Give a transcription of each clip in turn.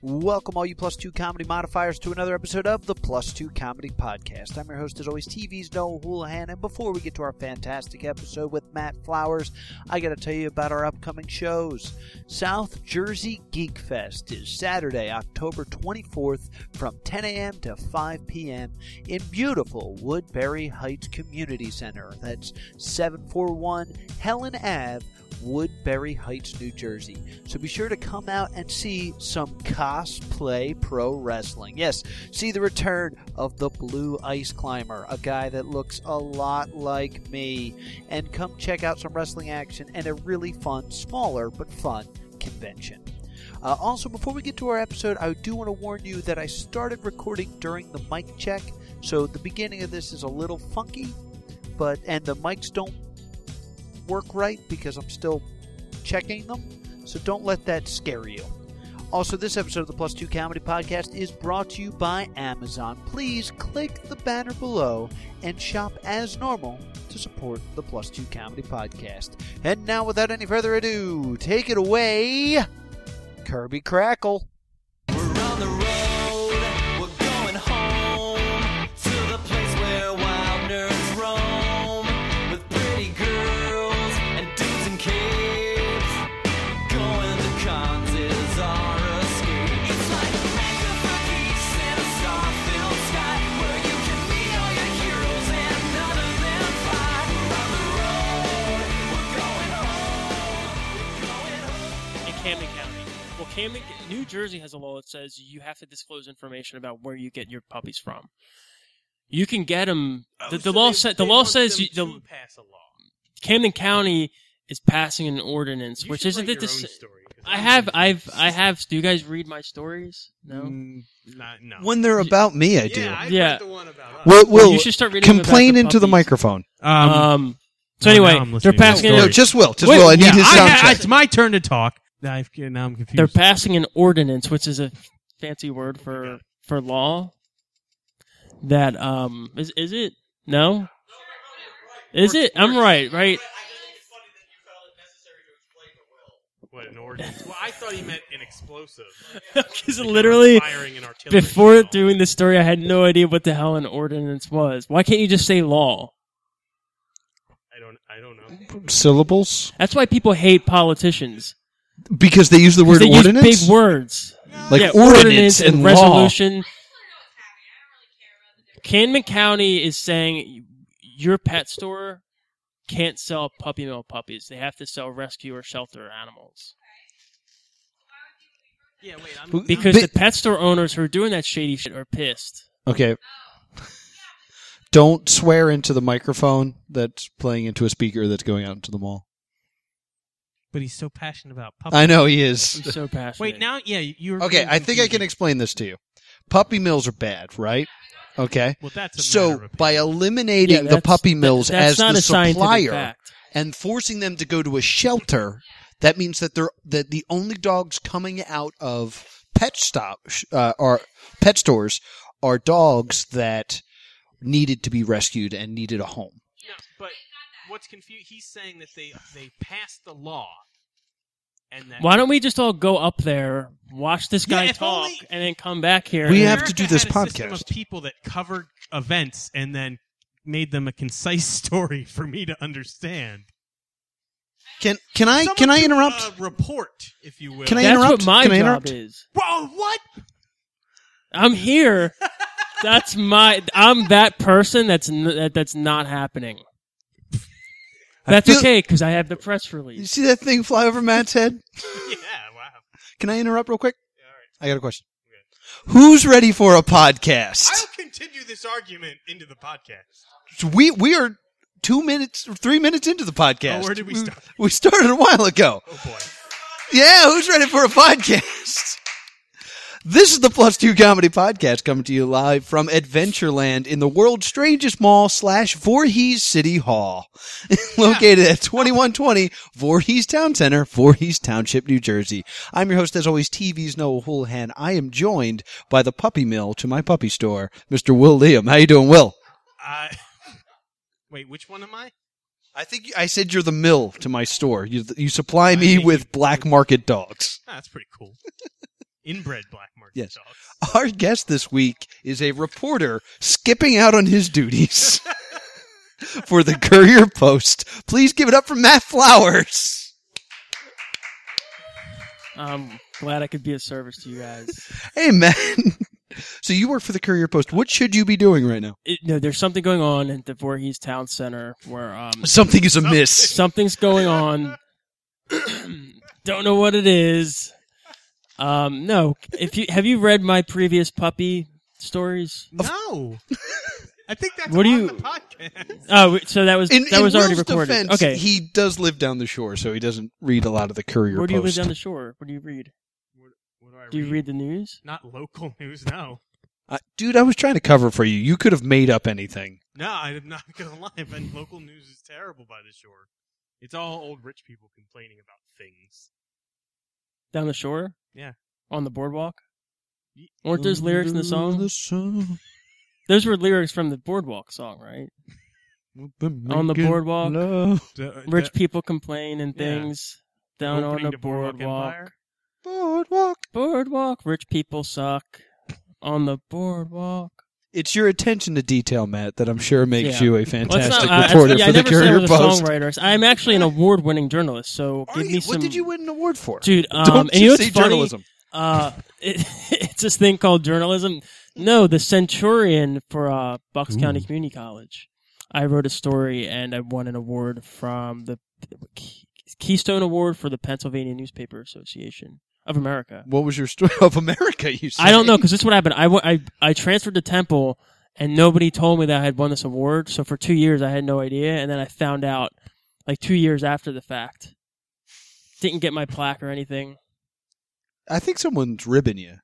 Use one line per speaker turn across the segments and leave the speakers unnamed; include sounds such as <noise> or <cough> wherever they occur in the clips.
Welcome, all you plus two comedy modifiers, to another episode of the Plus Two Comedy Podcast. I'm your host, as always, TV's Noah Houlihan. And before we get to our fantastic episode with Matt Flowers, I got to tell you about our upcoming shows. South Jersey Geek Fest is Saturday, October 24th from 10 a.m. to 5 p.m. in beautiful Woodbury Heights Community Center. That's 741 Helen Ave. Woodbury Heights, New Jersey. So be sure to come out and see some cosplay pro wrestling. Yes, see the return of the Blue Ice Climber, a guy that looks a lot like me. And come check out some wrestling action and a really fun, smaller but fun convention. Uh, also, before we get to our episode, I do want to warn you that I started recording during the mic check, so the beginning of this is a little funky, but and the mics don't work right because I'm still checking them. So don't let that scare you. Also, this episode of the Plus Two Comedy Podcast is brought to you by Amazon. Please click the banner below and shop as normal to support the Plus Two Comedy Podcast. And now, without any further ado, take it away, Kirby Crackle.
We're on the road, we're going home to the place where wild nerds roam with pretty girls and dudes in caves. Going to cons is our escape. It's like Machiavelli's in a star-filled sky where you can meet all your heroes and none of them fly. We're on the road, we're going home, we're going home.
in Camden County. Well, Camden, New Jersey has a law that says you have to disclose information about where you get your puppies from. You can get them.
Oh,
The, the
so
law
they-
said
they
the law
want
says
them
you, the
to pass a law,
Camden County is passing an ordinance,
You
which
should
isn't
write
it the
your own
s-
story, 'cause
I
I'm
have,
confused.
I've, I have. Do you guys read my stories? No.
Mm,
not no.
When they're about me, I do.
yeah, I'd
Yeah.
write the one about us.
Will, will
you should start reading them about
complain
the
into the
puppies.
microphone.
Um. so
no, now
anyway,
I'm listening
they're
to the
passing.
story.
No,
An,
Sorry.
just Will. Just
Wait,
Will. I need
yeah,
his
I
sound
ha- <laughs>
check.
it's my turn to talk. Now, I've, now I'm confused.
they're passing an ordinance, which is a fancy word for for law. That um is is it no? Is it? I'm right, right? <laughs>
what an ordinance. Well, I thought he meant
<laughs>
an explosive.
Because literally,
firing an artillery
before
shell.
doing this story, I had no idea what the hell an ordinance was. Why can't you just say law?
I don't. I don't know.
Syllables?
That's why people hate politicians.
Because they use the
'Cause
word
they
ordinance?
use big words.
Like
yeah,
ordinance,
and,
and law.
resolution. Camden County is saying your pet store can't sell puppy mill puppies. They have to sell rescue or shelter animals.
Yeah, wait. I'm,
Because
But-
the pet store owners who are doing that shady shit are pissed.
Okay. Don't swear into the microphone that's playing into a speaker that's going out into the mall.
but he's so passionate about puppies.
I know he
I'm
is. <laughs>
so passionate.
Wait, now, yeah, you're
Okay, I think I can explain this to you. Puppy mills are bad, right? Okay.
Well, that's a matter
So
of
by eliminating
Yeah,
the
that's-
puppy mills
that's
as
not
the
a scientific
supplier,
fact.
and forcing them to go to a shelter, that means that they're that the only dogs coming out of pet stop uh, or pet stores are dogs that needed to be rescued and needed a home.
No, but what's confused? He's saying that they they passed the law, and that
Why don't we just all go up there, watch this guy
Yeah, if
talk,
only-
and then come back here?
We
and-
have to do
America
this
had a system of
podcast.
people that covered events and then made them a concise <laughs> story for me to understand.
Can can I
Someone uh,
can I
do
interrupt?
A report, if you will.
Can I
That's
interrupt?
what my
Can I
job
interrupt?
is.
Whoa! What?
I'm
<laughs>
here. That's my. I'm that person. That's n- that, that's not happening. That's
feel-
okay because I have the press
you <laughs>
release.
see that thing fly over Matt's head?
Yeah. Wow.
Can I interrupt real quick? I got a question. Who's ready for a podcast?
I'll continue this argument into the podcast.
We we are two minutes, three minutes into the podcast.
Oh, where did we start?
We started a while ago.
Oh boy.
Yeah, who's ready for a podcast? This is the Plus Two Comedy Podcast coming to you live from Adventureland in the world's strangest mall slash Voorhees City Hall. <laughs> Located at 2120 Voorhees Town Center, Voorhees Township, New Jersey. I'm your host, as always, TV's Noah Houlihan. I am joined by the puppy mill to my puppy store, Mr. Will Liam. How you doing, Will?
Uh, <laughs> wait, which one am I?
I think I said you're the mill to my store. You, you supply me
think
with black market dogs.
Ah, that's pretty cool. inbred black market
Yes.
dogs.
<laughs> Our guest this week is a reporter skipping out on his duties <laughs> for the Courier Post. Please give it up for Matt Flowers.
I'm glad I could be of service to you guys.
Hey, man. <laughs> So you work for the Courier Post. What should you be doing right now?
It, no, there's something going on at the Voorhees Town Center where
<laughs>
um,
Something is amiss.
something's going on.
<laughs>
Don't know what it is. Um, no, if you have you read my previous puppy stories?
No. I think that's
What
what
do
on
you- <laughs>
the podcast.
Oh, so that was
In,
that
in
was already
Will's
recorded.
defense,
okay,
He does live down the shore, so he doesn't read a lot of the Courier
where do you live
Post.
down the shore? What do you read?
What do I
Do you read the news?
Not local <laughs> news, no.
Uh, dude, I was trying to cover for you. You could have made up anything.
No, I'm not <laughs> gonna lie, but local news is terrible by the shore. It's all old rich people complaining about things.
Down the shore?
Yeah.
On the boardwalk? Weren't those lyrics in the song?
Mm, song?
Those were lyrics from the boardwalk song, right? On the boardwalk.
Love.
The-
Rich
the
people complain and
Yeah.
things down on
opening
the
to Boardwalk Empire?
Boardwalk.
Boardwalk, rich people suck on the boardwalk.
It's your attention to detail, Matt, that I'm sure makes
Yeah.
you a
Well, it's not-
fantastic
I- I-
reporter
yeah,
for
I
the
never said I
Courier
was a
Post.
songwriter. I'm actually an award-winning journalist, so
Are
give
you?
me some.
What did you win an award for?
dude? Um,
Don't
and
you
you know
say
what's funny?
journalism.
Uh, it, <laughs> it's this thing called journalism. No, the Centurion for uh, Bucks
Ooh.
County Community College. I wrote a story and I won an award from the Key- Keystone Award for the Pennsylvania Newspaper Association of America.
What was your story <laughs> of America? You said
I don't know because this is what happened. I, wa- I, I transferred to Temple and nobody told me that I had won this award. So for two years, I had no idea. And then I found out like two years after the fact. Didn't get my plaque or anything.
I think someone's ribbing you.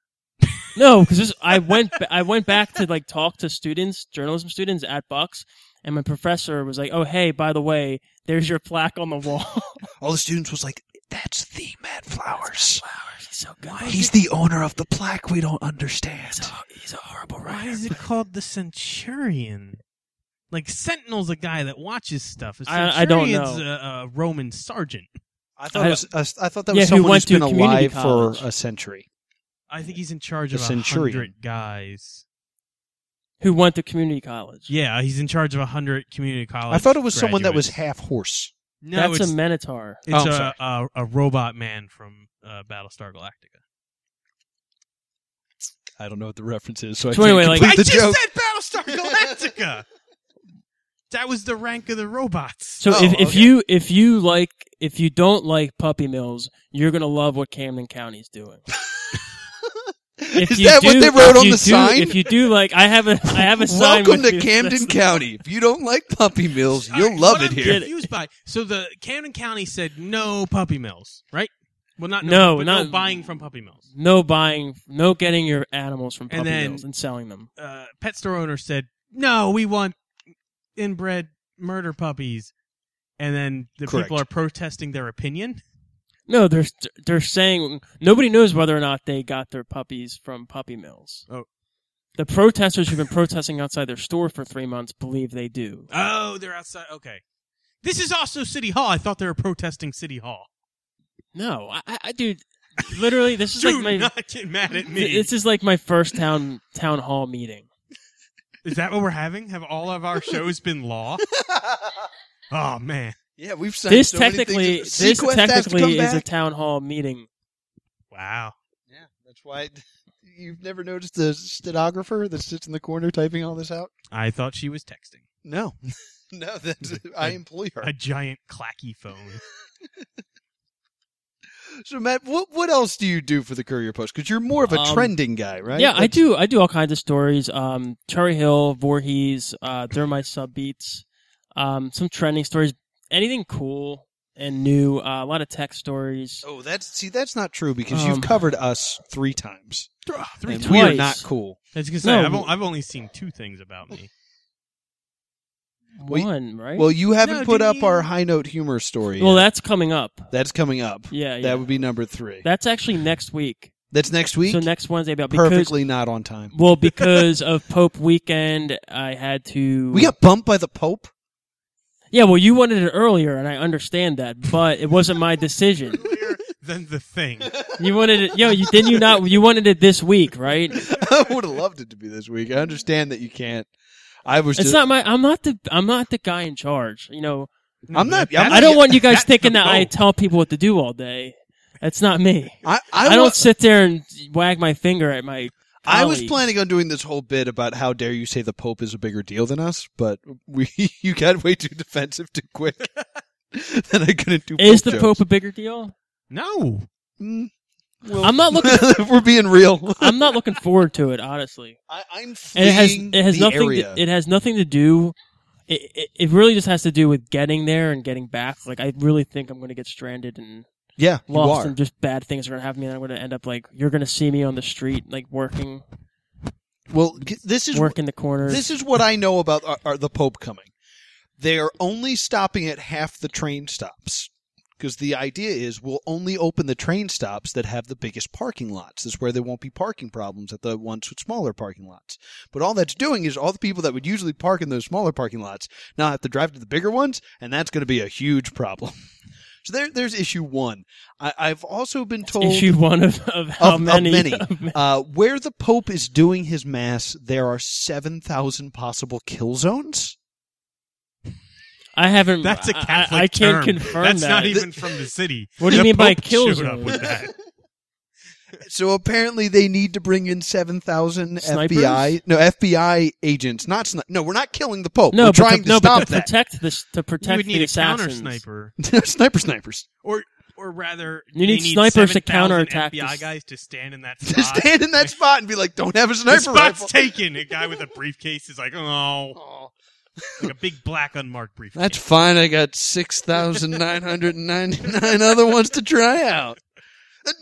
No, because I went ba- I went back to like talk to students, journalism students at Bucks, and my professor was like, "Oh, hey, by the way, there's your plaque on the wall." <laughs>
All the students was like, "That's the Matt Flowers.
he's so good.
He's the owner of the plaque. We don't understand."
he's a horrible
Why is it called the Centurion? Like Sentinel's a guy that watches stuff. A
I- I don't
centurion's
know.
A, a Roman sergeant.
I thought it was, I thought that
Yeah,
was
who
someone
went
who's been
to community
alive for
college.
a century.
I think he's in charge
A
of a
centurion.
hundred guys.
Who went to community college?
Yeah, he's in charge of a hundred community college.
I thought it was someone that was
graduates.
half horse.
No,
that's
it's,
a Minotaur.
Oh, I'm
it's a, a a robot man from uh, Battlestar Galactica.
I don't know what the reference is, so I
So
can't
anyway, like-
complete
I
the
just
joke.
said Battlestar
<laughs>
Galactica. that was the rank of the robots.
So
Oh,
if, if
okay.
you if you like if you don't like puppy mills, you're gonna love what Camden County's
<laughs>
doing. If
Is
you
that what
do-
they wrote
if
on
you
the
do-
sign?
If you do like, I have a I
<laughs>
have a <laughs> sign.
Welcome
with
to
me that <laughs>
Camden
says-
County. If you don't like puppy mills,
All
you'll
right,
love
what
it
I'm
here.
Confused by so the Camden County said no puppy mills, right? Well, not
No,
no, but
not-
no buying from puppy mills.
No buying, no getting your animals from
And
puppy
then-
mills and selling them.
uh, pet store owner said, "No, we want inbred murder puppies," and then the
Correct.
people are protesting their opinion.
No, they're they're saying nobody knows whether or not they got their puppies from puppy mills.
Oh.
The protesters who've been protesting outside their store for three months believe they do.
Oh, they're outside. Okay, this is also City Hall. I thought they were protesting City Hall.
No, I, I- I dude, literally, this is
Do
like my
not get mad at me.
this is like my first town town hall meeting.
is that what we're having? Have all of our shows been
<laughs>
law? oh man,
yeah, we've signed
This
so many things.
technically, this
Sequest has to come
technically is a
back.
town hall meeting.
wow.
yeah, that's why you've never noticed the stenographer that sits in the corner typing all this out.
I thought she was texting
No, <laughs> no, that's, I employ her.
a giant clacky
<laughs>
phone.
So Matt, what what else do you do for the Courier Post? Because you're more of a
Um,
trending guy, right?
Yeah, I
That's-
do. I do all kinds of stories. Um, Cherry Hill, Voorhees, uh, they're my subbeats. Um, some trending stories, anything cool and new. Uh, a lot of tech stories.
Oh, that's see, that's not true because
Um,
you've covered us three times.
Three
and
times.
we are
twice.
not cool.
As you can say,
No.
I've, on- I've only seen two things about
<laughs>
me.
well, you-
One right.
Well, you haven't
No,
put
do
up
you-
our high note humor story.
Well,
yet.
that's coming up.
that's coming up.
Yeah, yeah.
That would be number three.
That's actually next week.
that's next week.
So next Wednesday, but because
Perfectly not on time.
well, because of Pope weekend, I had to.
We got bumped by the Pope. <laughs>
yeah. Well, you wanted it earlier, and I understand that, but it wasn't my decision.
than the thing.
You wanted it, yo. You did you not? You wanted it this week, right?
I would have loved it to be this week. I understand that you can't. I was
It's
just.
not my. I'm not the. I'm not the guy in charge. You know.
I'm not-
That's-
I'm
I don't want you guys
that's the
thinking that I
goal.
tell people what to do all day. That's not me.
I, I,
I, don't
wa-
sit there and wag my finger at my.
I was
colleague.
planning on doing this whole bit about how dare you say the Pope is a bigger deal than us, but we <laughs> you got way too defensive too quick. <laughs> then I couldn't do.
Is
Pope
the
jokes.
Pope a bigger deal?
No.
Mm,
I'm not
<laughs>
looking.
if we're being real.
I'm not looking forward to it, honestly.
I, I'm
<laughs> And
fleeing
it has. It has
the
nothing.
area.
To, it has nothing to do. It, it it really just has to do with getting there and getting back. Like I really think I'm going to get stranded and
yeah, you
lost,
are.
and just bad things are going to happen. to me, And I'm going to end up like you're going to see me on the street, like working,
Well, g- this is
working the corners.
This is what I know about are, are the Pope coming. They are only stopping at half the train stops because the idea is we'll only open the train stops that have the biggest parking lots. This is where there won't be parking problems at the ones with smaller parking lots. But all that's doing is all the people that would usually park in those smaller parking lots now have to drive to the bigger ones, and that's going to be a huge problem. <laughs> So there, there's issue one. I, I've also been told
issue one of of how
of
many.
Of many. Uh, where the Pope is doing his mass, there are seven thousand possible kill zones.
I haven't.
That's a
I- I-
Catholic
I, can't
term.
confirm
That's
that.
not even from the city.
What do you
The
mean by
Pope
kill
showed up
zone? <laughs>
with that.
So apparently, they need to bring in seven thousand
Snipers?
FBI, no FBI agents. Not sni- no, we're not killing the Pope.
no,
we're
but
trying
to,
to
no,
stop
but to protect this to protect
You would
the
need a counter
assassins.
sniper.
that. <laughs> sniper snipers
Or or rather
You
they
need snipers to
7,000
counterattack
FBI
this.
guys to stand
<laughs>
in that
to
spot.
stand in that spot and be like, "Don't have a
the
sniper
spot's
rifle."
taken. A guy
<laughs>
with a briefcase is like, oh, like a big black unmarked briefcase.
That's fine. I got six thousand nine hundred and ninety-nine other ones to try out.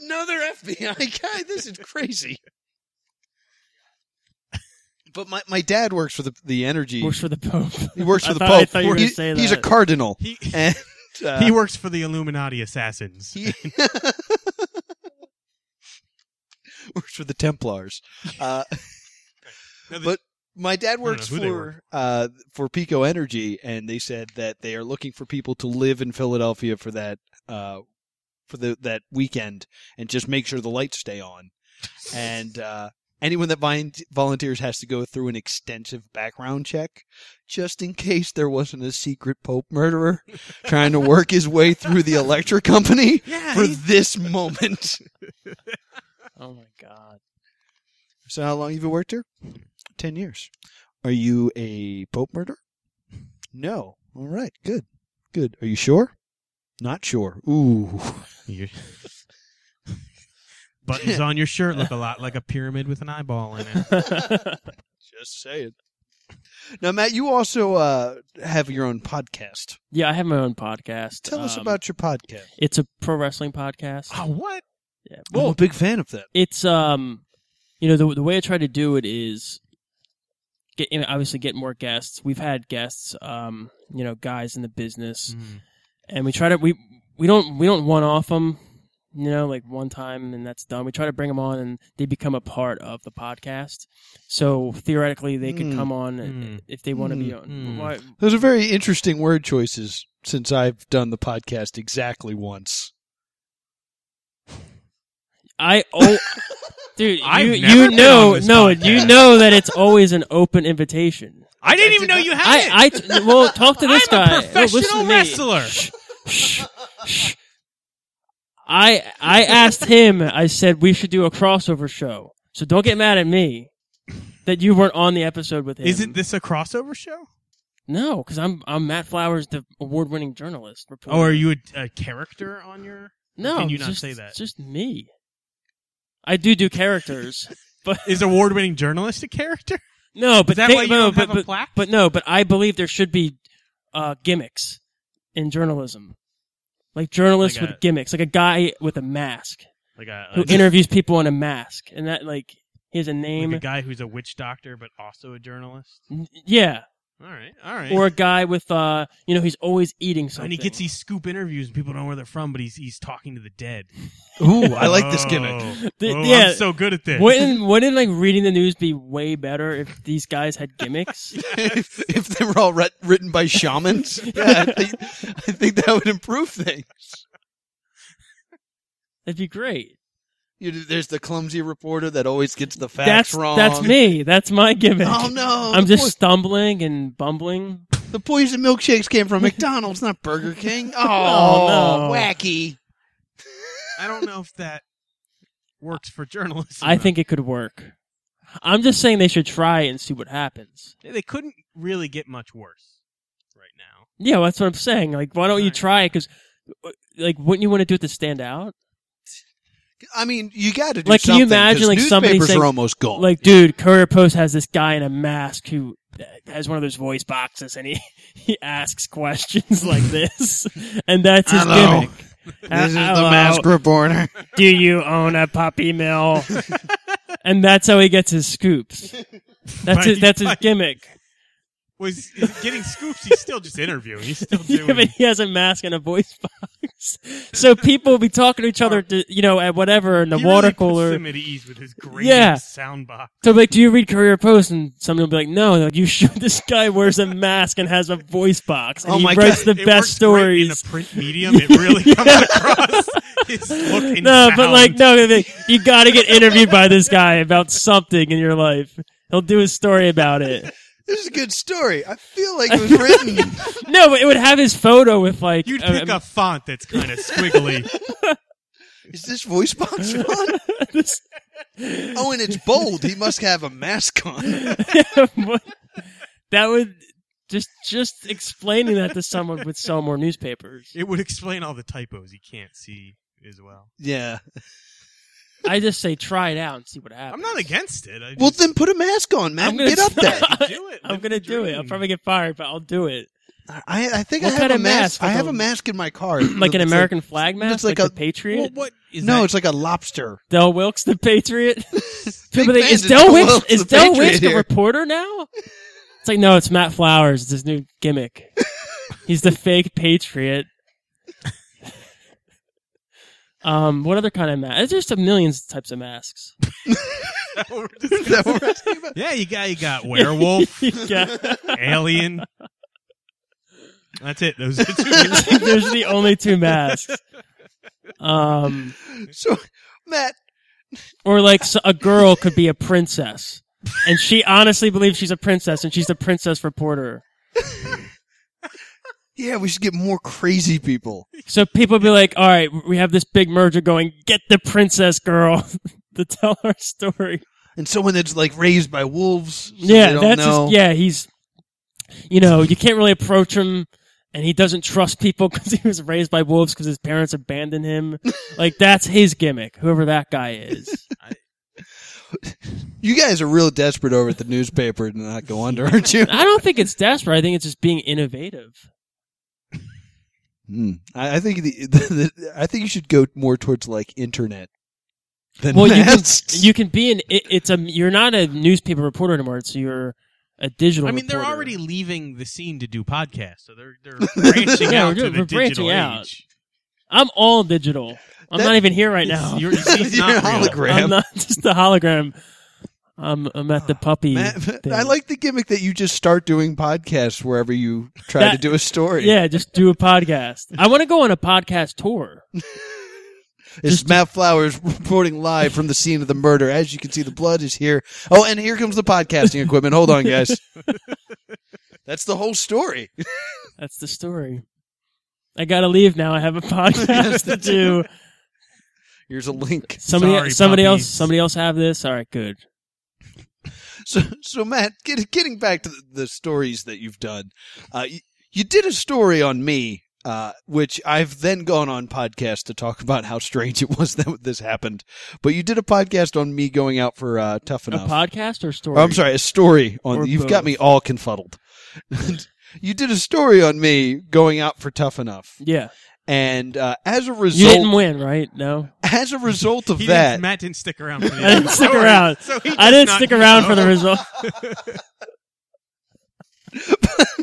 Another FBI guy. This is crazy. But my, my dad works for the the energy.
Works for the Pope.
he works
I
for the
thought-
Pope.
I thought you were
He-
gonna say
he's a
that.
cardinal,
<laughs>
he
and uh, <laughs>
he works for the Illuminati assassins.
he works for the Templars. Uh,
No, the-
but my dad
don't know
works
who they
for
work
uh, for Pico Energy, and they said that they are looking for people to live in Philadelphia for that uh, for the that weekend, and just make sure the lights
<laughs>
stay on. And uh, anyone that vin- volunteers has to go through an extensive background check, just in case there wasn't a secret Pope murderer trying to work his way through the electric company
<laughs> yeah,
for
he's-
this moment.
Oh my god. <laughs>
So how long have you worked here? Ten years. Are you a Pope murderer? No. All right. Good. Good. Are you sure? Not sure. Ooh. <laughs>
<laughs> Your- Buttons on your shirt look a lot like a pyramid with an eyeball in <laughs> it.
Just saying. Now, Matt, you also uh, have your own podcast.
yeah, I have my own podcast.
Tell us
Um,
about your podcast.
It's a pro wrestling podcast.
uh,
Oh, what?
Yeah.
I'm a big fan of that.
it's um, you know, the the way I try to do it is get you know, obviously get more guests. We've had guests, um, you know, guys in the business.
Mm-hmm.
and we try to we we don't we don't one off them you know like one time and that's done we try to bring them on and they become a part of the podcast so theoretically they could
Mm.
come on
Mm.
if they want to be
Mm.
on
Mm.
Why-
Those are very interesting word choices since I've done the podcast exactly once.
i oh <laughs> dude
I've
you
never
you
been
know
on this
no
podcast.
you know that it's always an open invitation
I didn't even know you had it.
i i well talk to this
I'm
guy
a
No, listen
professional
to me.
wrestler.
Shh, shh. I I asked him. I said we should do a crossover show. So don't get mad at me that you weren't on the episode with him.
Isn't this a crossover show?
No, because I'm I'm Matt Flowers, the award-winning journalist. Reporter.
Or Oh, are you a, a character on your?
No,
can you not
just,
say that?
Just me. I do do
<laughs>
characters.
Is award-winning journalist a character?
No, but
<laughs> Is that
they,
why you
no,
don't
but,
have a
but,
plaque?
but no, but I believe there should be uh, gimmicks in journalism, like journalists
Like a-
with gimmicks, like a guy with a mask.
Like a,
who interviews people in a mask, and that like he has a
like
name.
a guy who's a witch doctor but also a journalist.
N- yeah,
All right, all right.
or a guy with uh, you know, he's always eating something.
and he gets these scoop interviews and people don't know where they're from, but he's he's talking to the dead.
Ooh, I like this <laughs> gimmick.
Oh,
The-
oh,
yeah.
I'm so good
<laughs>
at this. <laughs>
Wouldn't wouldn't like reading the news be way better if these guys had
<laughs>
gimmicks?
if, if they were all writ- written by <laughs> shamans, yeah, I, think, I think that would improve things.
That'd be great.
You, there's the clumsy reporter that always gets the facts
that's
wrong.
That's me. That's my gimmick.
<laughs> Oh no!
I'm
the
just stumbling and bumbling.
po- the poison milkshakes
<laughs>
came from McDonald's, not Burger King. Oh,
Oh, no.
wacky!
I don't know if that works for journalists. or
I
not.
think it could work. I'm just saying they should try it and see what happens.
<laughs> They- they couldn't really get much worse right now.
Yeah, well, that's what I'm saying. Like, why don't you
Right.
try it? Because, like, wouldn't you want to do it to stand out?
I mean, you got to do
Like, can you
something, 'cause
imagine, like, somebody
newspapers
saying-
are almost gone.
Like, dude, Courier Post has this guy in a mask who uh, has one of those voice boxes, and he <laughs> he asks questions like
<laughs>
this, and that's his
Hello.
gimmick. Uh,
this is
Hello.
the mask reporter.
Do you own a puppy mill? <laughs> and that's how he gets his scoops. That's his,
By-
that's his
by- <laughs>
gimmick.
Was getting scoops. He's still just interviewing. He's still doing.
<laughs> Yeah, but he has a mask and a voice box, so people will be talking to each other, to, you know, at whatever in the
He
water
really puts
cooler.
them at ease with his grating
Yeah.
sound box.
So like, do you read Courier Post? And someone will be like, no, no, you should. <laughs> This guy wears a mask and has a voice box, and
Oh
he
my
writes
God.
the
It
best
works great in
stories. <laughs>
the print medium. It really comes across. His look and
No, but
sound.
like, no, they- you got to get interviewed by this guy about something in your life. He'll do a story about it.
<laughs> This is a good story. I feel
<laughs>
like it was written.
No, but it would have his photo with like.
You'd
uh,
pick a font that's kind of squiggly.
is this voice box on?
<laughs> this-
<laughs> Oh, and it's bold. He must have a mask
<laughs>
on.
that would just just explaining that to someone would sell more newspapers.
it would explain all the typos he can't see as well.
Yeah.
I just say try it out and see what happens.
I'm not against it. I
Well,
just
then put a mask on, man.
I'm gonna
Get up there.
do it.
<laughs> I'm
Live
gonna
the
do it. I'll
dream.
probably get fired, but I'll do
<clears throat>
it.
I, I think
What
I have
kind
a
of
mask.
mask? Like
I have
a-
a mask in my
<clears throat>
car,
Like an
It's
American flag mask,
it's
like,
like
the
a-
Patriot.
Well, what is
no,
that?
it's like a lobster.
Del Wilkes, the Patriot.
Big
People think,
fans
is
of
Del
Del
Wilkes
Wilkes,
is
<laughs> the
Del
Patriot
Wilkes a
here.
reporter now? It's like no, it's Matt Flowers. It's his new <laughs> gimmick. He's the fake Patriot. Um, what other kind of mask? There's just a millions of types of <laughs> masks. <laughs>
Is that what
<laughs>
we're asking about?
yeah, you got you got werewolf,
Yeah. <laughs>
alien. That's it. Those
<laughs>
are the two.
There's the only two masks. Um,
So, Matt,
or like so- a girl could be a princess, and she honestly believes she's a princess, and she's the princess reporter.
yeah, we should get more crazy people.
So people be like, "All right, we have this big merger going. Get the princess girl <laughs> to tell our story."
And someone that's like raised by wolves. so they
yeah,
don't
that's his-
know.
yeah. He's, you know, you can't really approach him, and he doesn't trust people <laughs> because he was raised by wolves because his parents abandoned him. like that's his gimmick. Whoever that guy is.
You guys are real desperate over at the newspaper to not go under, aren't
<laughs>
you?
I don't think it's desperate. I think it's just being innovative.
Hmm. I, I think the, the, the I think you should go more towards like internet than
Well, you can, <laughs>
masks.
you can be an. It, it's a. You're not a newspaper reporter anymore. It's you're a digital.
I mean, they're
reporter.
already leaving the scene to do podcasts, so they're they're branching
<laughs> Yeah,
out
we're-
to
we're
the
branching
digital
out.
age.
I'm all digital. I'm
That-
not even here right now.
You're,
<laughs>
you see, it's
You're
not
a
real.
hologram.
I'm not <laughs> just a hologram. I'm I'm at the puppy.
Matt,
thing.
Oh, <laughs> I like the gimmick that you just start doing podcasts wherever you try to
That-
do a story.
Yeah, just do a podcast. I want to go on a podcast tour.
It's Matt Flowers <laughs> reporting live from the scene of the murder. As you can see, the blood is here. Oh, and here comes the podcasting equipment. Hold on, guys.
<laughs>
That's the whole story.
That's the story. I gotta leave now. I have a <laughs> podcast to
<laughs>
do.
Here's a link.
Somebody,
Sorry,
somebody else,
puppies.
somebody else have this. All right, good.
<laughs> So, so Matt, get, getting back to the, the stories that you've done, uh, you, you did a story on me, uh, which I've then gone on podcast to talk about how strange it was <laughs> that this happened. But you did a podcast on me going out for uh, Tough Enough.
A podcast or story?
Oh, I'm sorry, a story on
Or
you've
both.
got me all confuddled. <laughs> you did a story on me going out for tough enough,
Yeah,
and uh, as a
you didn't
result,
win, right? No,
as a result of
He
that,
didn't, Matt didn't stick
<laughs>
around. For the
I didn't stick
story,
around.
so he
I
does
didn't
not
stick around
know.
for the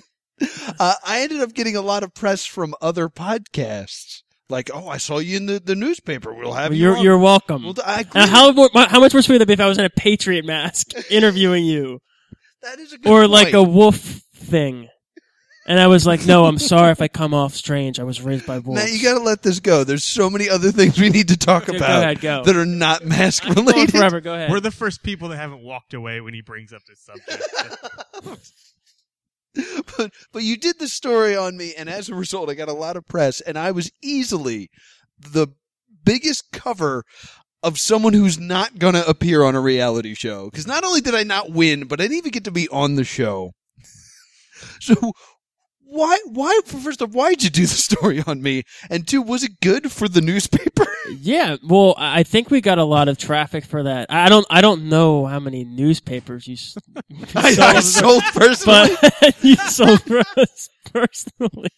result.
<laughs> uh, I ended up getting a lot of press from other podcasts. Like, oh, I saw you in the, the newspaper. We'll have you.
You're
on."
you're welcome.
Well, I agree.
Now, how more, how much worse would that be if I was in a Patriot mask <laughs> interviewing you,
that is a good
or like a
point.
wolf thing, And I was like, no, I'm sorry if I come off strange. I was raised by wolves.
Matt, you got to let this go. There's so many other things we need to talk
Okay, go
about
ahead, go.
that are not mask
I'm going
related.
forever. Go ahead.
We're the first people that haven't walked away when he brings up this subject.
but but you did the story on me, and as a result, I got a lot of press, and I was easily the biggest cover of someone who's not going to appear on a reality show. Because not only did I not win, but I didn't even get to be on the show. <laughs> so why why first of all, why'd you do the story on me? And two, was it good for
<laughs>
the newspaper? <laughs>
Yeah, well, I I think we got a lot of traffic for that. I I don't, I don't know how many newspapers you, s- you
I,
sold,
I sold personally.
but <laughs> you sold for us personally.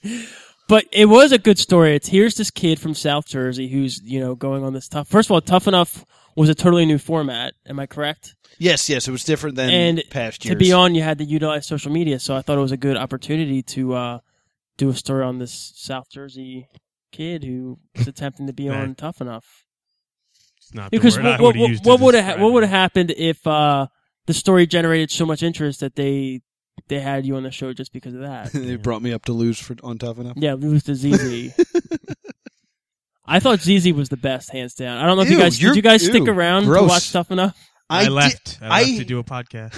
But it was a good story. It's here's this kid from South Jersey who's you know going on this tough. First of all, Tough Enough was a totally new format. Am I correct?
yes, yes, it was different than
And
past years.
To be on, you had to utilize social media, so I thought it was a good opportunity to uh, do a story on this South Jersey kid who
<laughs>
was attempting to be
That-
on Tough Enough.
It's not the
because
word
what,
I
what,
would've
what,
used to
what would have
describe
what
it.
would have happened if uh, the story generated so much interest that they they had you on the show just because of
<laughs>
that?
<laughs> they brought me up to lose for on top of that.
yeah, lose to ZZ. I thought ZZ was the best, hands down. I don't know if you
Ew,
guys did.
you're-
You guys stick
ew,
around to
gross.
watch stuff enough.
I,
di-
left. I left
I-
to do a podcast.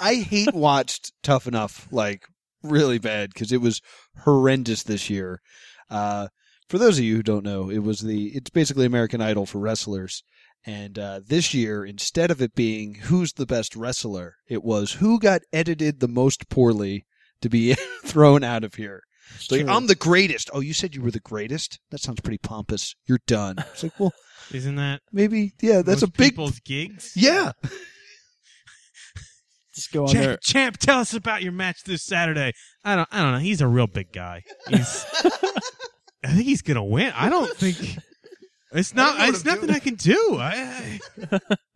I hate watched Tough Enough like really bad because it was horrendous this year. Uh, for those of you who don't know, it was the it's basically American Idol for wrestlers. And uh, this year, instead of it being who's the best wrestler, it was who got edited the most poorly to be <laughs> thrown out of here. So like, I'm the greatest. Oh, you said you were the greatest. That sounds pretty pompous. You're done. It's like, well,
Isn't that
maybe, yeah. That's
most
a big,
people's gigs?
yeah.
just go on there.
Champ, champ, tell us about your match this Saturday. I don't, I don't know. He's a real big guy. He's, I think he's gonna win. I don't think it's not.
know what
it's
I'm
nothing
doing.
I can do. I,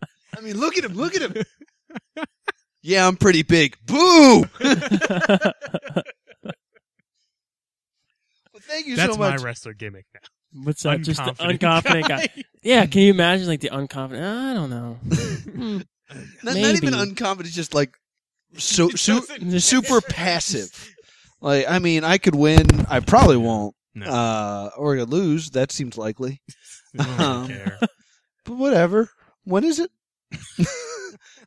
<laughs> I mean, look at him. Look at him. yeah, I'm pretty big. Boo!
<laughs>
Well, <laughs> thank you
that's
so
my
much.
wrestler gimmick now.
What's that? Just the
Unconfident
unconfident guy.
guy. <laughs>
Yeah, can you imagine like the unconfident? I don't
<laughs>
know. Hmm.
not, not even
Maybe.
unconfident, just like <laughs> so,
It
su-
doesn't-
Just-
super passive. Like, I mean, I could win. I probably won't.
No,
Uh, or I could lose. That seems likely.
I don't
<laughs> um,
care.
But whatever. When is <laughs> it?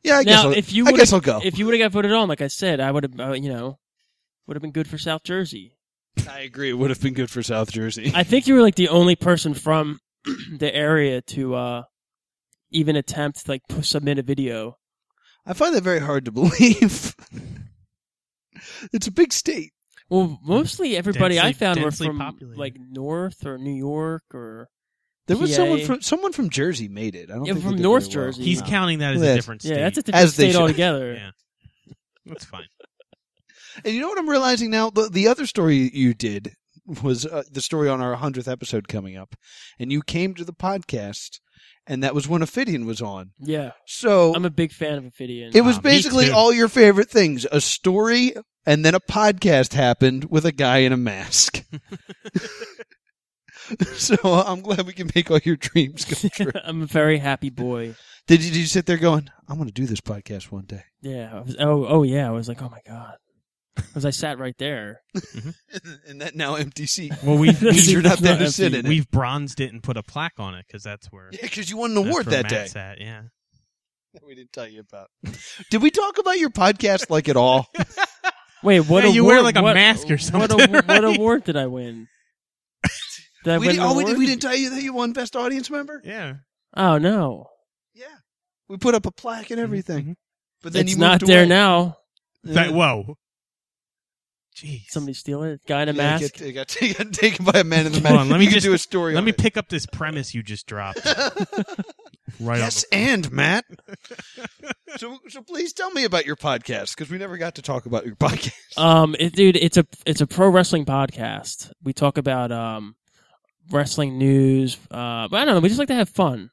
yeah, I guess.
now,
I'll,
if you
I
would
guess I'll go.
if you would have got voted on, like I said, I would have uh, you know would have been good for South Jersey.
I agree. It would have been good for South Jersey.
I think you were like the only person from <clears throat> the area to uh, even attempt like p- submit a video.
I find that very hard to believe. it's a big state.
Well, mostly everybody I
Densely-
found were
densely
from
populated.
like North or New York or
There was someone
PA.
from someone from Jersey made it. I don't
Yeah,
think they
from
did
North
very well.
Jersey.
He's
No.
counting that as
Well,
a
that's-
different
yeah,
state.
that's a different
As they
state
should.
altogether.
Yeah. That's fine.
And you know what I'm realizing now? The, the other story you did was uh, the story on our 100th episode coming up. And you came to the podcast, and that was when Ophidian was on.
Yeah.
So
I'm a big fan of Ophidian.
it was
Ah, me
basically
too.
all your favorite things a story, and then a podcast happened with a guy in a mask. <laughs> so uh, I'm glad we can make all your
<laughs>
dreams come true.
I'm a very happy boy.
did, you, did you sit there going, I'm going to do this podcast one day? <laughs>
Yeah. I was, oh, oh yeah. I was like, oh my god, because I sat right
<laughs>
there.
and that now empty seat.
<laughs>
Well,
<laughs>
we've
That's
Because
we've,
you're not
It's not
there to sit
we've,
in it.
bronzed it and put a plaque on it because that's where
Yeah, because you won an
that's
award
where
that day.
Matt's At. Yeah.
that <laughs> we didn't tell you about. Did we talk about your podcast like at all?
Wait, what?
Yeah, you
award,
wear, like, a
what-
mask or something,
What, awa- what
<laughs> right?
award did I
<laughs>
win? Did I
we
win
didn't,
an
oh, we, did,
award?
we didn't tell you that you won best audience member.
Yeah.
Oh no,
Yeah, we put up a plaque and everything.
Mhm.
But then
it's
you
not
moved
there
away.
now.
Yeah.
That, whoa. Jeez.
Somebody steal it. Guy in
Yeah,
a
it
mask.
got- it got, it got <laughs> taken by a man in the
Hold
mask.
on, let me
You could
just-
do a story.
Let
on
me
it.
pick up this premise you just
<laughs>
dropped. right
yes,
on
and Matt. <laughs> so, so please tell me about your podcast because we never got to talk about your podcast.
Um, it, dude, it's a it's a pro wrestling podcast. We talk about um wrestling news. Uh, but I don't know. We just like to have fun,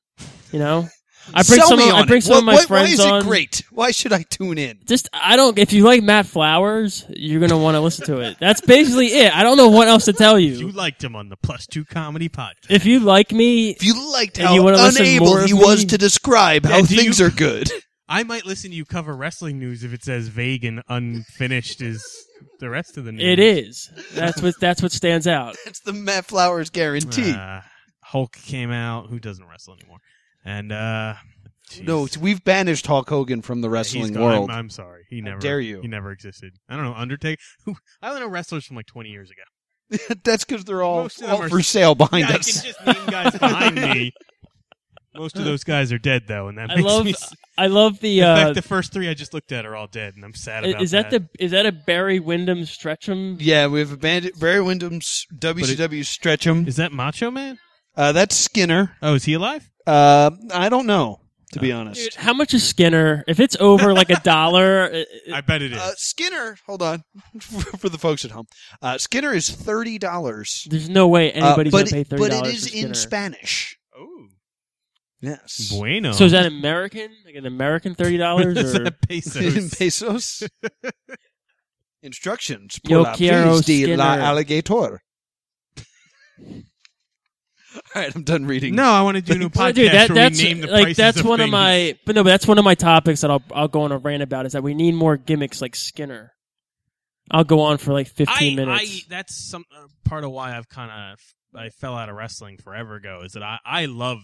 you know. I bring
Sell
some.
me
of,
on
I bring
it.
some
Why-
of my
why,
friends
Why is
on.
it great? Why should I tune in?
Just I don't. If you like Matt Flowers, you're gonna want to listen to it. That's basically it. I don't know what else to tell
the, you
you.
liked him on the Plus Two Comedy Podcast.
If you like me,
If you liked
And
how
you wanna listen
unable
more
he
of
was
me?
to describe
Yeah,
how
<laughs>
do you-
things are good,
I might listen to you cover wrestling news if it's as vague and unfinished as the rest of the news.
It is. That's what that's what stands out.
That's the Matt Flowers guarantee.
Ah,
Uh, Hulk came out. Who doesn't wrestle anymore? And uh, jeez.
no, it's- we've banished Hulk Hogan from the
He's
wrestling
gone.
world.
I'm, I'm sorry. He never.
dare you.
He never existed. I don't know. Undertaker. Who, I don't know wrestlers from like 20 years ago.
<laughs> That's because they're all,
Most of them
all
are-
for sale behind
Yeah, I can
us.
just name <laughs> guys behind me. Most of those guys are dead though, and that
I
makes
love
me. s-
I love the.
In
Uh,
fact, the first three I just looked at are all dead, and I'm sad
i-
about
is that the is that a Barry Windham Stretchum?
Yeah, we've abandoned Barry Wyndham's WCW Stretchum.
Is that Macho Man?
Uh, that's Skinner.
Oh, is he alive?
Uh, I don't know, to be
Dude,
honest.
how much is Skinner? If it's over like a dollar, <laughs> i- i-
I bet it is.
Uh, Skinner, hold on, <laughs> for the folks at home. Uh, Skinner is thirty dollars.
there's no way anybody's
Uh, but
gonna pay
it-
thirty
But
dollars.
it is in Spanish.
oh,
Yes. <laughs>
bueno. <laughs>
So is that American? Like an American thirty dollars
Is
or
that pesos?
in <laughs> pesos. Instructions.
Yo
Por la
quiero
fris de la
Skinner.
alligator. <laughs> All right, I'm done reading.
no, I want to do a new
<laughs> Well,
podcast
Uh, dude, that,
where
that's
we name the
like
prices
that's
of
one of
things.
my but no, but that's one of my topics that I'll I'll go on a rant about is that we need more gimmicks like Skinner. I'll go on for like
I,
fifteen
I
minutes.
that's some uh, part of why I've kind of I fell out of wrestling forever ago is that I I love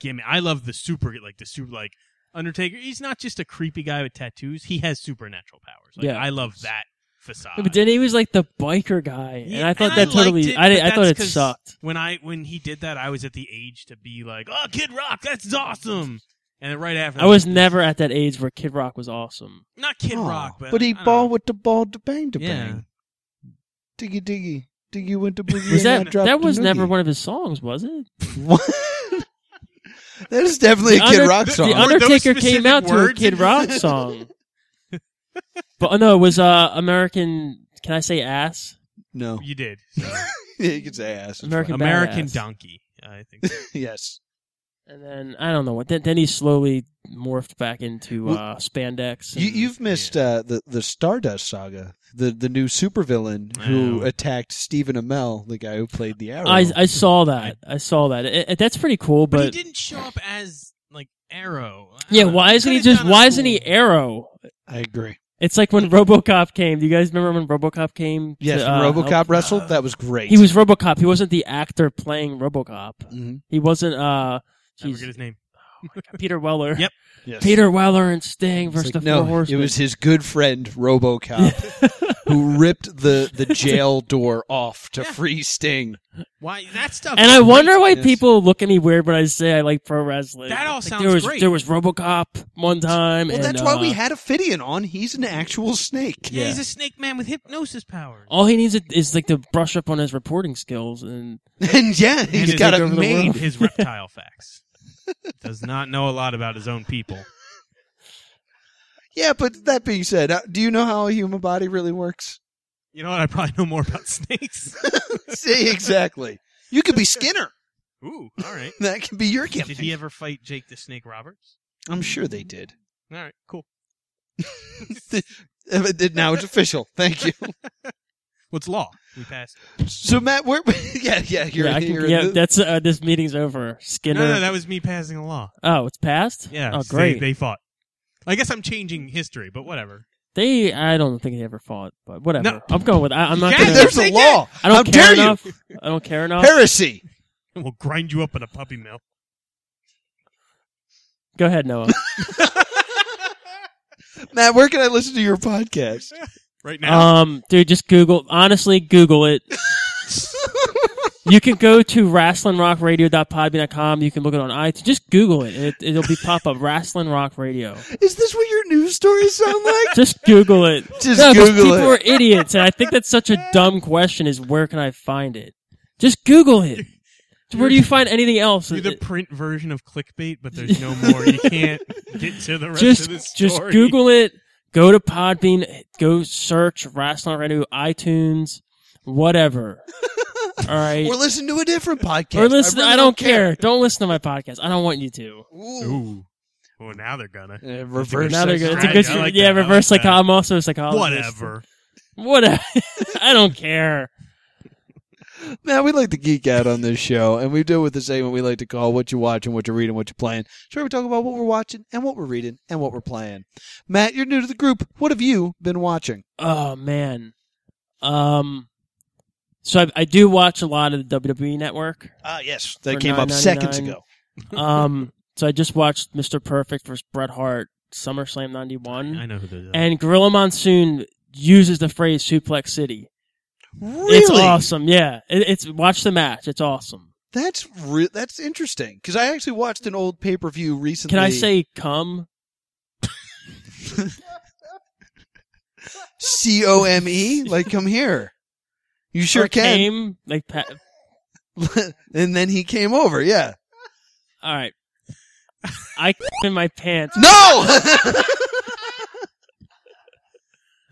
gimmick. I love the super like the super like Undertaker. He's not just a creepy guy with tattoos. He has supernatural powers. Like,
Yeah.
I love that facade.
but then he was like the biker guy, and
Yeah,
I thought
and
that totally.
liked it,
I did,
but
I thought
that's
it
'cause
sucked.
When I when he did that, I was at the age to be like, "Oh, Kid Rock, that's awesome!" And then right after,
I was never at that age where Kid Rock was awesome.
not Kid
Aw,
Rock, but
he
I don't
ball
know.
with the ball to bang to
Yeah.
bang. Diggy diggy. Diggy went to boogie.
Was
and
that
I dropped
that
a
was never
noogie.
one of his songs, was
<laughs>
it?
<laughs> What? <laughs> that is definitely a
The
Kid
Under-
Rock
the-
song.
The
Were those
Undertaker came
specific
out to a
words
Kid
in- <laughs>
Rock song. but oh, no, it was uh, American. Can I say ass?
no, <laughs>
You did
you could say ass. It's
American-
fine.
American
Badass.
Donkey. I think
<laughs>
Yes.
And then I don't know what. Then, then he slowly morphed back into
Well,
uh, spandex.
You,
And,
you've missed uh, the the Stardust saga, the the new supervillain who
Oh.
attacked Stephen Amell, the guy who played the Arrow.
I I saw that. I saw that. It, it- that's pretty cool.
but he
But,
didn't show up as like Arrow. I
yeah,
don't know.
why isn't he
Could've
just?
done a
Why isn't
cool-
he Arrow?
I agree.
It's like when RoboCop came. Do you guys remember when RoboCop came?
Yes,
to,
when
uh,
RoboCop
help?
wrestled. That was great.
He was RoboCop. He wasn't the actor playing RoboCop.
Mhm.
He wasn't. Uh,
I forget
jeez,
his name.
Peter Weller.
Yep.
Yes.
Peter Weller and Sting
It's
versus
like,
the
no,
Four Horsemen.
it was his good friend RoboCop <laughs> who ripped the
<laughs>
the jail door off to free Sting.
Why that stuff?
and I wonder why
Yes.
people look at me weird when I say I like pro wrestling.
That all
Like,
sounds
there was,
great.
There was RoboCop one time.
Well,
and,
that's why
uh,
we had a Ophidian on. He's an actual snake.
Yeah, he's
yeah.
a snake man with hypnosis powers.
All he needs is like to brush up on his reporting skills, and
<laughs> and yeah,
And
he's
his-
got
take
a
over the world.
mane.
his reptile facts. Does not know a lot about his own people.
Yeah, but that being said, uh, do you know how a human body really works?
You know what? I probably know more about <laughs> snakes.
See, <laughs> exactly. You could be Skinner.
Ooh, all right.
That could be your gimmick.
Did he ever fight Jake the Snake Roberts?
I'm sure they <laughs> did.
All right, cool.
Uh, but Now it's official. <laughs> Thank you.
What's law? We passed. it.
So Matt, where? <laughs> Yeah, yeah, you're,
yeah, I
you're
can,
in
yeah
the-
that's uh, this meeting's over. Skinner.
No, no, that was me passing a law.
oh, it's passed.
Yeah,
oh
'cause they-
great.
They, fought. I guess I'm changing history, but whatever.
They, I don't think they ever fought, but whatever.
No.
I'm going with. I, I'm not.
Yeah,
Hey,
gonna,
there's a
They did.
law.
I don't
How
care
dare
enough. I don't care
you?
enough.
Heresy.
We'll grind you up in a puppy mill.
Go ahead,
<laughs>
Noah.
Matt, where can I listen to your podcast?
Right now,
um, dude, just Google. Honestly, Google it. you can go to wrestlingrockradio.podbean.com. You can look it on iTunes. Just Google it. it it'll be pop up. Wrestling Rock Radio.
<laughs> Is this what your news stories sound like?
Just Google it.
<laughs> Just
no, 'cause
Google
people are
it.
idiots, and I think that's such a dumb question. Is where can I find it? Just Google it. Where do you find anything else?
you're the print version of clickbait, but
<laughs>
there's no more. You can't get to the rest
just
of this story.
just Google it. Go to Podbean. Go search Wrestling Radio, iTunes, whatever. All right.
or listen to a different podcast.
Or listen, I,
really
don't care. Don't listen to my podcast. I don't want you to.
Ooh.
Ooh. Well, now they're gonna.
Uh, reverse
Now they're good. It's a
Right,
good.
I like
yeah,
that, I
reverse
like
psychology.
that.
I'm also a psychologist. <laughs>
Whatever.
Whatever. I don't care.
Now we like to geek out on this show, and we do it with the segment we like to call "What You Watching, What You Reading, What You Playing." So we talk about what we're watching and what we're reading and what we're playing. Matt, you're new to the group. What have you been watching?
Oh man. Um. So I, I do watch a lot of the WWE
<laughs>
Network.
Ah, yes.
That
For
came up seconds
$9.99.
ago.
Um. so I just watched Mr. Perfect versus Bret Hart SummerSlam '91,
I know who those are.
and Gorilla Monsoon uses the phrase "Suplex City."
Really?
It's awesome. Yeah. It, it's watch the match. It's awesome.
That's re- that's interesting because I actually watched an old pay per view recently.
Can I say come?
C O M E?
<laughs>
Like, come here. You sure
Or
can.
Came? Like pa-
and then he came over. Yeah.
All right. I <laughs> in my pants. <laughs>
No. <laughs>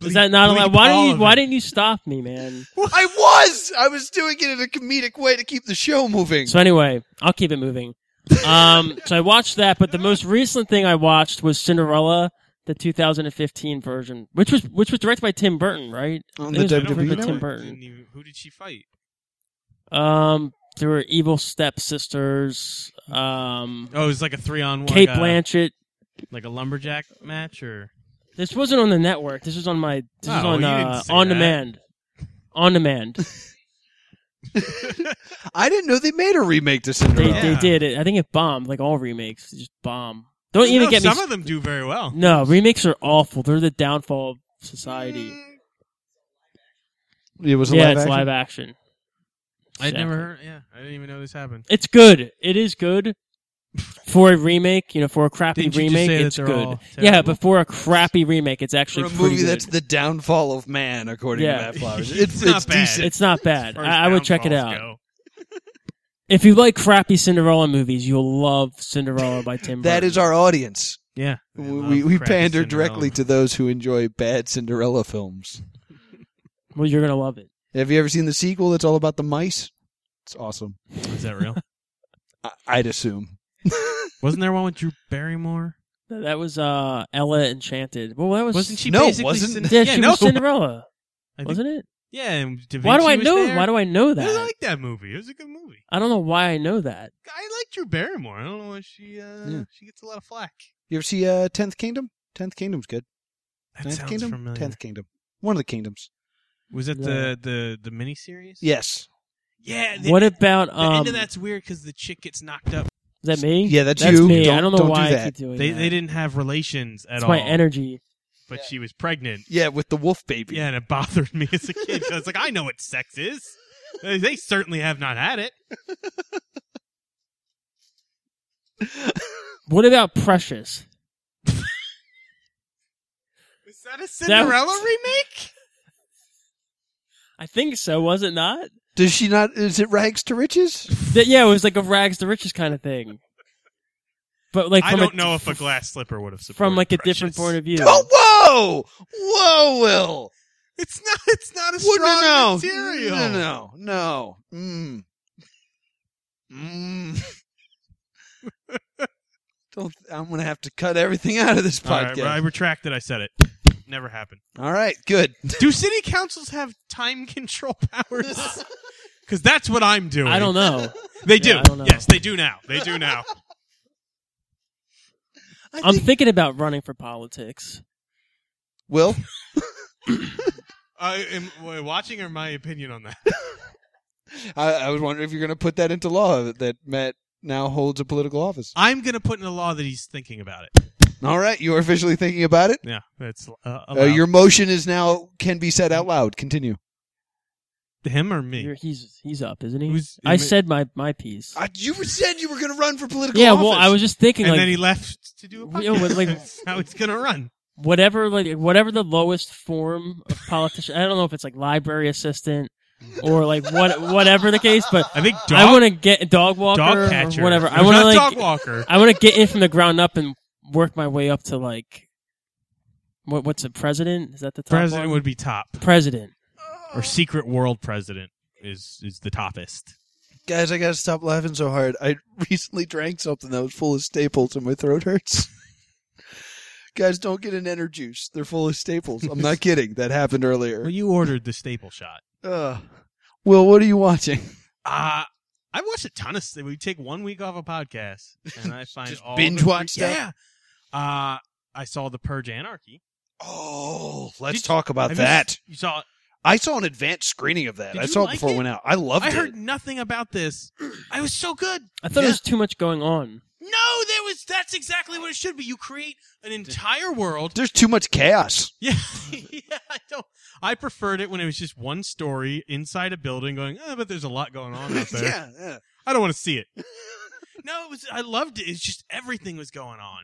Is that not
Bleep
allowed? Why
all
didn't
of
you, Why
it.
didn't you stop me, man?
I was. I was doing it in a comedic way to keep the show moving.
So anyway, I'll keep it moving. Um, <laughs> so I watched that, but the most recent thing I watched was Cinderella, the 2015 version, which was which was directed by Tim Burton, right?
on
it was
I
WWE
don't
E
remember
Network.
Tim
Burton.
Didn't even- Who did she fight?
Um, there were evil stepsisters. Um,
Oh, it was like a three on one.
Kate
like a-
Blanchett.
like a lumberjack match, or
This wasn't on the network. This was on my. This was
Oh,
on
you didn't
uh,
say
on
that.
demand. On demand.
I didn't know they made a remake to
They
Cinderella.
they
Yeah.
did it. I think it bombed. Like all remakes, they just bomb. Don't even
No,
get me.
some of them do very well.
no, remakes are awful. They're the downfall of society.
It was a
yeah,
live
it's
action?
live action.
I'd never
Exactly.
heard. Yeah, I didn't even know this happened.
It's good. It is good for a remake. You know, for a crappy
Didn't you just
remake,
say that
it's
they're all
good. Yeah,
terrible?
but for a crappy remake, it's
For
actually
a
pretty
movie
good.
<laughs>
that's the downfall of man, according
Yeah.
to Matt Flowers.
<laughs>
It's
It's,
not
it's
bad.
decent.
it's not bad.
First
I, I would check it
downfalls
out.
go.
If you like crappy Cinderella movies, you'll love Cinderella by Tim.
<laughs> That
Burton.
is our audience.
Yeah, I
We,
love
we, we
Crack
pander
Cinderella.
directly to those who enjoy bad Cinderella films.
well, you're gonna love it.
Have you ever seen the sequel that's all about the mice? It's awesome.
Is that real?
I- I'd assume.
Wasn't there one with Drew Barrymore?
Th- That was uh, Ella Enchanted. Well, that was
Wasn't she
No,
basically
wasn't-
<laughs>
Cin-
Yeah, she
no.
was Cinderella,
I think-
wasn't it?
Yeah, and Da
Why do
Vinci
I
was
know?
there.
Why do I know that?
I like that movie. It was a good movie.
I don't know why I know that.
I like Drew Barrymore. I don't know why she uh,
Yeah.
she gets a lot of flack.
You ever see uh, Tenth Kingdom? Tenth Kingdom's good.
That
Ninth
sounds
Kingdom?
familiar.
Tenth Kingdom. One of the kingdoms.
Was that
Yeah.
the the the miniseries?
Yes.
Yeah. The,
What about
the
um?
end of that's weird because the chick gets knocked up.
Is that me?
Yeah, that's
that's
you.
me. I
Don't-
don't know
don't do
why I
that.
keep doing
They
that.
they didn't have relations at
That's
all.
my energy.
But she was pregnant.
Yeah, with the wolf baby.
Yeah, and it bothered me as a kid. 'cause I was like, I know what sex is. Uh, They certainly have not had it.
What about Precious?
Is that a Cinderella remake?
I think so. Was it not?
Does she not? Is it rags
<laughs>
to riches?
That, yeah, it was like a rags to riches kind of thing. But like,
I
from
don't
a,
know if a glass slipper would have supported
from like a
Precious.
different point of view.
Oh, whoa, whoa, Will.
<laughs> It's not. It's not a
What-
strong
no,
material.
No, no, no. Mm. Mm. <laughs> Don't. I'm gonna have to cut everything out of this
All right,
podcast.
I retract that I said it. Never happened.
All right, good.
Do city councils have time control <laughs> powers? Because that's what I'm doing.
I don't know.
<laughs> They do.
Yeah, I don't know.
Yes, they do now. They do now.
I
I'm
think-
thinking about running for politics.
Will.
<laughs> I am wa- watching or my opinion on that.
I, I was wondering if you're gonna put that into law that Matt now holds a political office.
<laughs> I'm gonna put in the law that he's thinking about it.
All right, you are officially thinking about it.
Yeah, that's uh,
Uh, your motion is now can be said out loud. Continue.
him or me.
You're, he's he's up, isn't he?
Who's-
I said my my piece.
you said you were going to run for political
yeah, well, I was just thinking
and
like
then he left to do a podcast.
Yeah, well, like-
<laughs> That's how it's gonna run.
whatever like whatever the lowest form of politician. I don't know if it's like library assistant or like what whatever the case, but
I think dog,
I want to get dog walker
dog catcher,
or whatever.
It
I
was
want to
not
like
dog walker.
I want to get in from the ground up and work my way up to like what what's it? President? Is that the top
President
one?
would be top,
president?
or secret world president is is the toppest.
Guys, I got to stop laughing so hard. I <laughs> recently drank something that was full of staples and my throat hurts. <laughs> Guys, don't get an energy juice. <laughs> They're full of staples. I'm not kidding. That happened
Well,
earlier.
you ordered the staple shot.
Ugh. Will, what are you watching?
Uh, I watch a ton of. st- We take one week off a podcast, and <laughs> I find
Just
all
binge
the-
watch stuff?
Yeah. Uh, I saw the Purge Anarchy.
Oh, let's
Did-
talk about
Have you
that.
s- You, saw it.
I saw an advanced screening of that.
Did
I
you
saw it
like
before it
it?
went out. I loved
I
it.
heard nothing about this. I was so good.
I thought
Yeah.
it was too much going on.
No, there was. That's exactly what it should be. You create an entire world. <laughs>
There's too much chaos.
Yeah, yeah. I don't. I preferred it when it was just one story inside a building, going. Oh, but there's a lot going on
<laughs>
out <laughs> there.
yeah, yeah.
I don't want to see it. no, it was. I loved it. It's just everything was going on,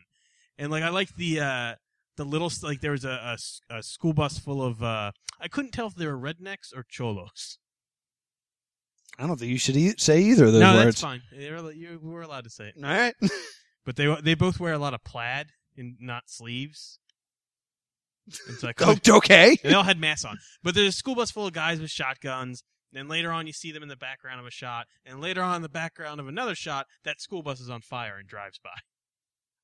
and like I liked the uh the little like there was a, a s- a school bus full of uh I couldn't tell if they were rednecks or cholos.
I don't think you should e- say either of those
no, that's
words.
fine. They were, you were allowed to say it,
All right. <laughs>
but they they both wear a lot of plaid and not sleeves. And so I
Oh,
couldn't-
okay.
and <laughs> they all had masks on. But there's a school bus full of guys with shotguns. Then later on, you see them in the background of a shot, and later on, in the background of another shot, that school bus is on fire and drives by.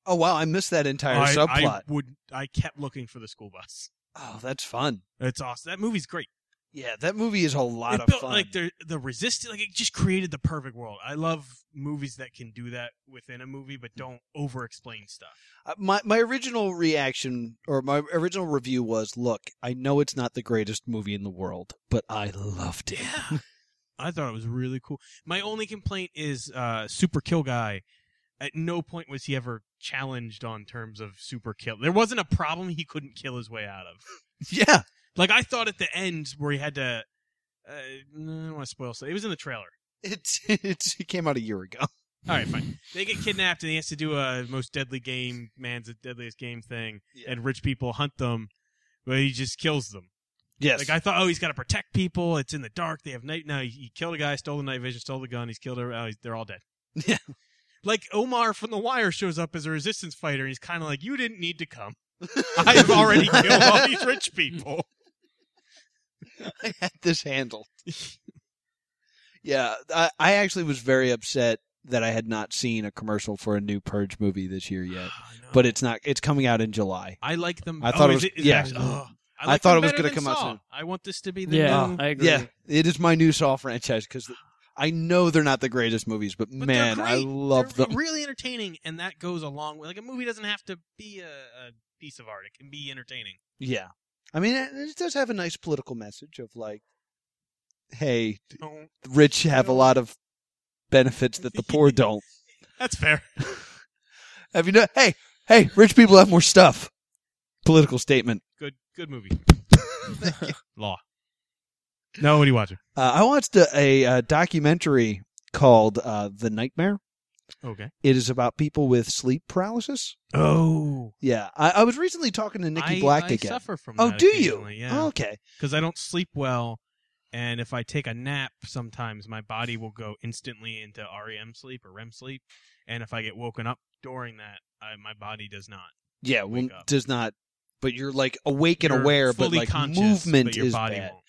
Oh wow, I missed that entire
I, I
subplot.
would. I kept looking for the school bus.
oh, that's fun.
It's awesome. That movie's great.
Yeah, that movie is a lot
it
of
built
fun.
like the the resistance. Like it just created the perfect world. I love movies that can do that within a movie, but don't over explain stuff.
Uh, my my original reaction or my original review was, look, I know it's not the greatest movie in the world, but I loved it.
Yeah, I thought it was really cool. My only complaint is uh, Super Kill Guy. At no point was he ever challenged on terms of super kill. There wasn't a problem he couldn't kill his way out of.
<laughs> Yeah.
Like I thought at the end where he had to. Uh, I don't want to spoil. So it was in the trailer.
It, <laughs> it it came out a year ago.
All right, fine. They get kidnapped and he has to do a most deadly game, man's deadliest game thing,
Yeah.
and rich people hunt them, but he just kills them.
Yes.
Like I thought, oh, he's got to protect people. It's in the dark. They have night. No, he, he killed a guy, stole the night vision, stole the gun. He's killed. everybody. Oh, he's, they're all dead.
<laughs> Yeah.
Like Omar from The Wire shows up as a resistance fighter, and he's kind of like, "You didn't need to
<laughs>
come. I have already killed all these rich people."
I <laughs> had this
<laughs>
handled. yeah, I, I actually was very upset that I had not seen a commercial for a new Purge movie this year yet.
I know. <gasps>
But it's not. It's coming out in July.
Ah, I like them.
I thought
oh,
it
is
was-
is
yeah.
actually- oh,
I
like
thought
them
it was
better
gonna
than
come out
Saw.
soon.
I want this to be the
Yeah,
new-
I agree.
Yeah, it is my new Saw franchise because I know they're not the greatest movies, but,
But
man,
they're
I
great.
love
They're
them.
Really entertaining, and that goes a long way. Like a movie doesn't have to be a, a piece of art; it can be entertaining.
yeah, I mean, it, it does have a nice political message of like, hey,
Don't-
the rich have a lot of benefits that the
<laughs>
poor don't.
That's fair. <laughs>
Have you know? Hey, hey, rich people have more stuff. Political statement.
Good, good movie.
<laughs>
Law. No, what are you watching?
Uh, I watched a, a, uh documentary called uh, "The Nightmare."
Okay.
It is about people with sleep paralysis.
Oh,
Yeah, I, I was recently talking to Nikki
I,
Black
I
again.
suffer from.
Oh,
that
do you?
occasionally, Yeah,
okay.
because I don't sleep well, and if I take a nap, sometimes my body will go instantly into REM sleep or REM sleep, and if I get woken up during that, I, my body does not.
Yeah, well,
Wake up.
does not. But you're like awake and
You're
aware, but
fully
like
conscious,
movement
but your
is
body
bad.
Won't.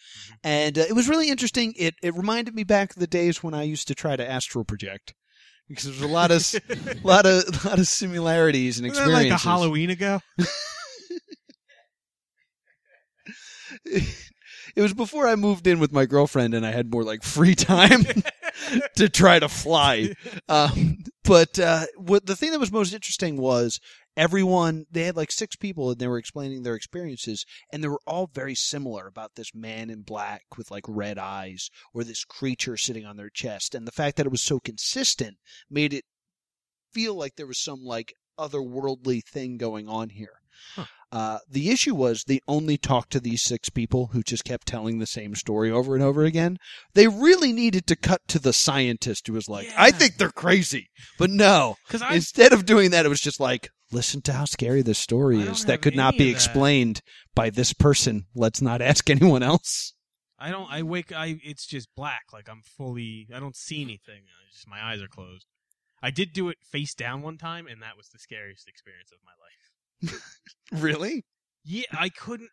And uh, it was really interesting. It it reminded me back of the days when I used to try to astral project because there's a lot
<laughs>
of s- lot of <laughs> lot of similarities and
Wasn't that like
experiences.
a Halloween ago?
<laughs> it was before I moved in with my girlfriend and I had more like free time <laughs> to try
<laughs>
to fly. Um, but uh, what the thing that was most interesting was everyone they had like six people and they were explaining their experiences and they were all very similar about this man in black with like red eyes or this creature sitting on their chest and the fact that it was so consistent made it feel like there was some like otherworldly thing going on here uh, the issue was they only talked to these six people who just kept telling the same story over and over again. They really needed to cut to the scientist who was like, I
Yeah.
think they're crazy. But no,
Because I,
instead of doing that, it was just like, listen to how scary this story
I don't
is. That
have
could not
any
be
of that."
explained by this person. Let's not ask <laughs> anyone else.
I don't. I wake. I. It's just black. Like I'm fully. I don't see anything. I just my eyes are closed. I did do it face down one time, and that was the scariest experience of my life.
Really?
Yeah, I couldn't.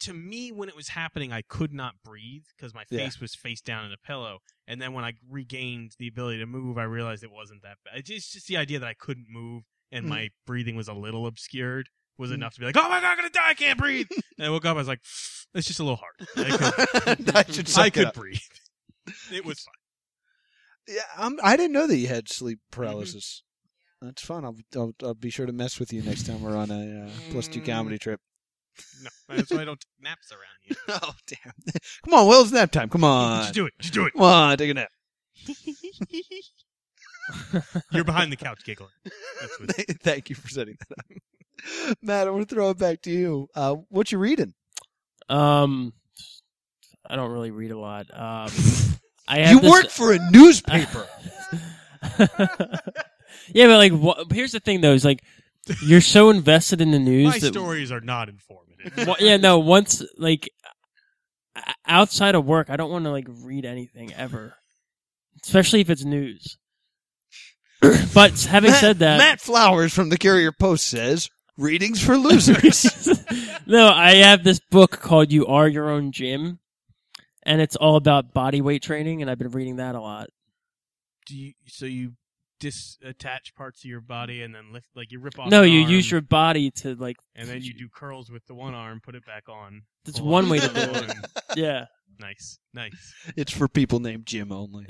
To me, when it was happening, I could not breathe because my
Yeah.
face was face down in a pillow. And then when I regained the ability to move, I realized it wasn't that bad. It's just, just the idea that I couldn't move and
Mhm.
my breathing was a little obscured was enough to be like, oh my god, I'm gonna die, I can't breathe. and I woke up, I was like, it's just a little hard. I
<laughs>
could,
I should suck
I
it
could
up.
breathe. It was fine.
Yeah, I'm, I didn't know that you had sleep
Mm-hmm.
paralysis. That's fun. I'll, I'll I'll be sure to mess with you next time we're on a uh, plus two
Mm.
comedy
<laughs>
trip.
No, that's why I don't take naps around you.
Oh damn! <laughs> Come on, Will. It's nap time. Come on.
Just do it. Just do it.
Come on, take
<laughs>
a nap.
You're behind the couch giggling. That's what
Thank you for setting that up, <laughs> Matt. I want to throw it back to you. Uh, what you reading?
Um, I don't really read a lot.
<laughs>
Um, I have
You
this-
work for
<laughs>
a newspaper.
yeah, but like, wha- here's the thing though: is like, you're so invested in the news
My
that <laughs>
stories are not informative.
Wha- yeah, no. Once like o- outside of work, I don't want to like read anything ever, especially if it's
<coughs>
news. but having
Matt,
said
Uh,
that,
Matt Flowers from the Courier Post says readings for
<laughs>
losers.
<laughs> no, I have this book called "You Are Your Own Gym," and it's all about body weight training, and I've been reading that a lot.
Do you? So you disattach parts of your body and then lift, like you rip off.
no,
an
you
arm,
use your body to like.
and then you do curls with the one arm, put it back on.
That's
pull
one
up,
way to
pull
do
<laughs>
it.
in.
Yeah,
<laughs> Nice, nice.
it's for people named
<laughs>
Jim only.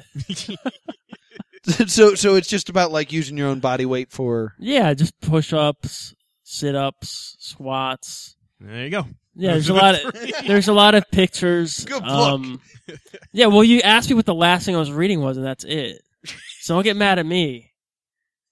<laughs> so so it's just about like using your own body weight for
yeah, just push ups, sit ups, squats.
there you go.
Yeah,
Those
there's a
are
lot
<laughs> the
of
three.
there's a lot of pictures.
Good book.
Um, yeah, well, you asked me what the last thing I was reading was, and that's it. So don't get mad at me.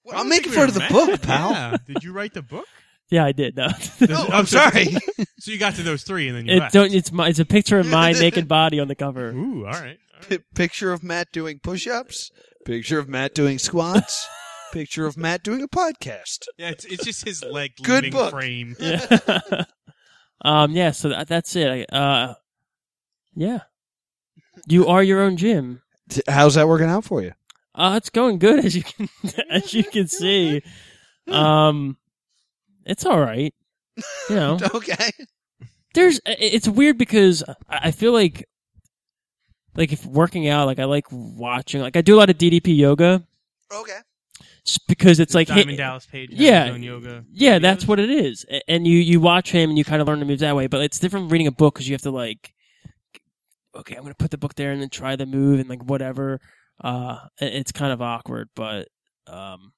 Well, I
I'm
don't
making
think
fun
we
of the
were
book,
mad.
pal.
Yeah. Did you write the <laughs> book?
Yeah, I did. No, <laughs>
Oh, I'm sorry.
<laughs> So you got to those three, and then you
it
left.
don't. It's my. It's a picture of my naked body on the cover.
Ooh, all right. all right.
P- picture of Matt doing push-ups, picture of Matt doing <laughs> squats, picture of Matt doing a podcast.
Yeah, it's, it's just his leg <laughs>
Good
leaving
book.
frame.
<laughs> yeah. um. Yeah. So that, that's it. I, uh. Yeah. You are your own gym.
T- How's that working out for you?
Uh, it's going good as you
<laughs>
can as you can see. Um, it's all right. You know,
<laughs> Okay.
there's i- it's weird because I- I feel like like if working out, like I like watching, like I do a lot of DDP yoga
Okay.
s- because it's like
Diamond
hit-
Dallas Page. has
Yeah.
his own yoga.
yeah, that's
videos.
what it is. A- And you you watch him and you kind of learn the moves that way. But it's different from reading a book because you have to like, okay, I'm gonna put the book there and then try the move and like whatever. Uh, i- it's kind of awkward, but um,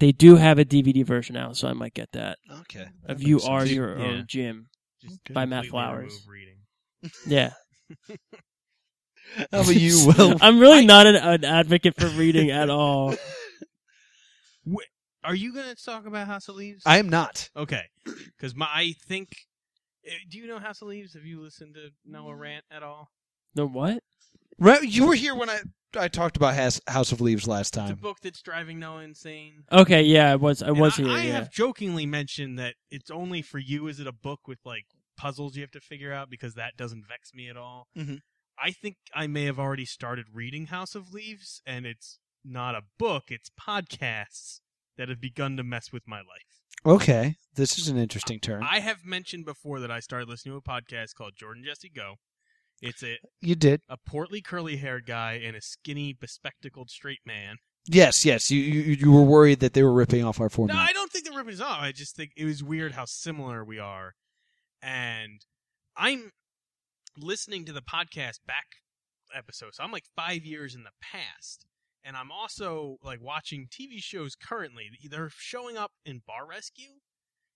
they do have a DVD version now, so I might get that.
Okay.
Of you
makes
are
sense.
your
Yeah.
own gym.
Just
by Matt
completely
Flowers.
remove Reading.
Yeah,
<laughs> How about Oh, <laughs>
<laughs>
you, Will?
I'm really not an, an advocate for reading at all.
Are you gonna talk about House of Leaves?
I am not.
Okay, because my I think. eh, Do you know House of Leaves? Have you listened to
Mm.
Noah Rant at all?
No, what?
Right, you were here when I I talked about House, House of Leaves last
It's a
time.
book that's driving Noah insane.
Okay, yeah, I was I
And
was
I,
here.
I
yeah.
have jokingly mentioned that it's only for you. Is it a book with like puzzles you have to figure out? Because that doesn't vex me at all.
Mm-hmm.
Mhm.
I think I may have already started reading House of Leaves, and it's not a book; it's podcasts that have begun to mess with my life.
Okay. This is an interesting turn.
I have mentioned before that I started listening to a podcast called Jordan Jesse Go. It's a
you did.
a portly curly haired guy and a skinny bespectacled straight man.
Yes, yes. You you, you were worried that they were ripping off our
No,
format.
I don't think the ripping is off. I just think it was weird how similar we are. And I'm listening to the podcast back episode, so I'm like five years in the past. And I'm also like watching TV shows currently. They're showing up in Bar Rescue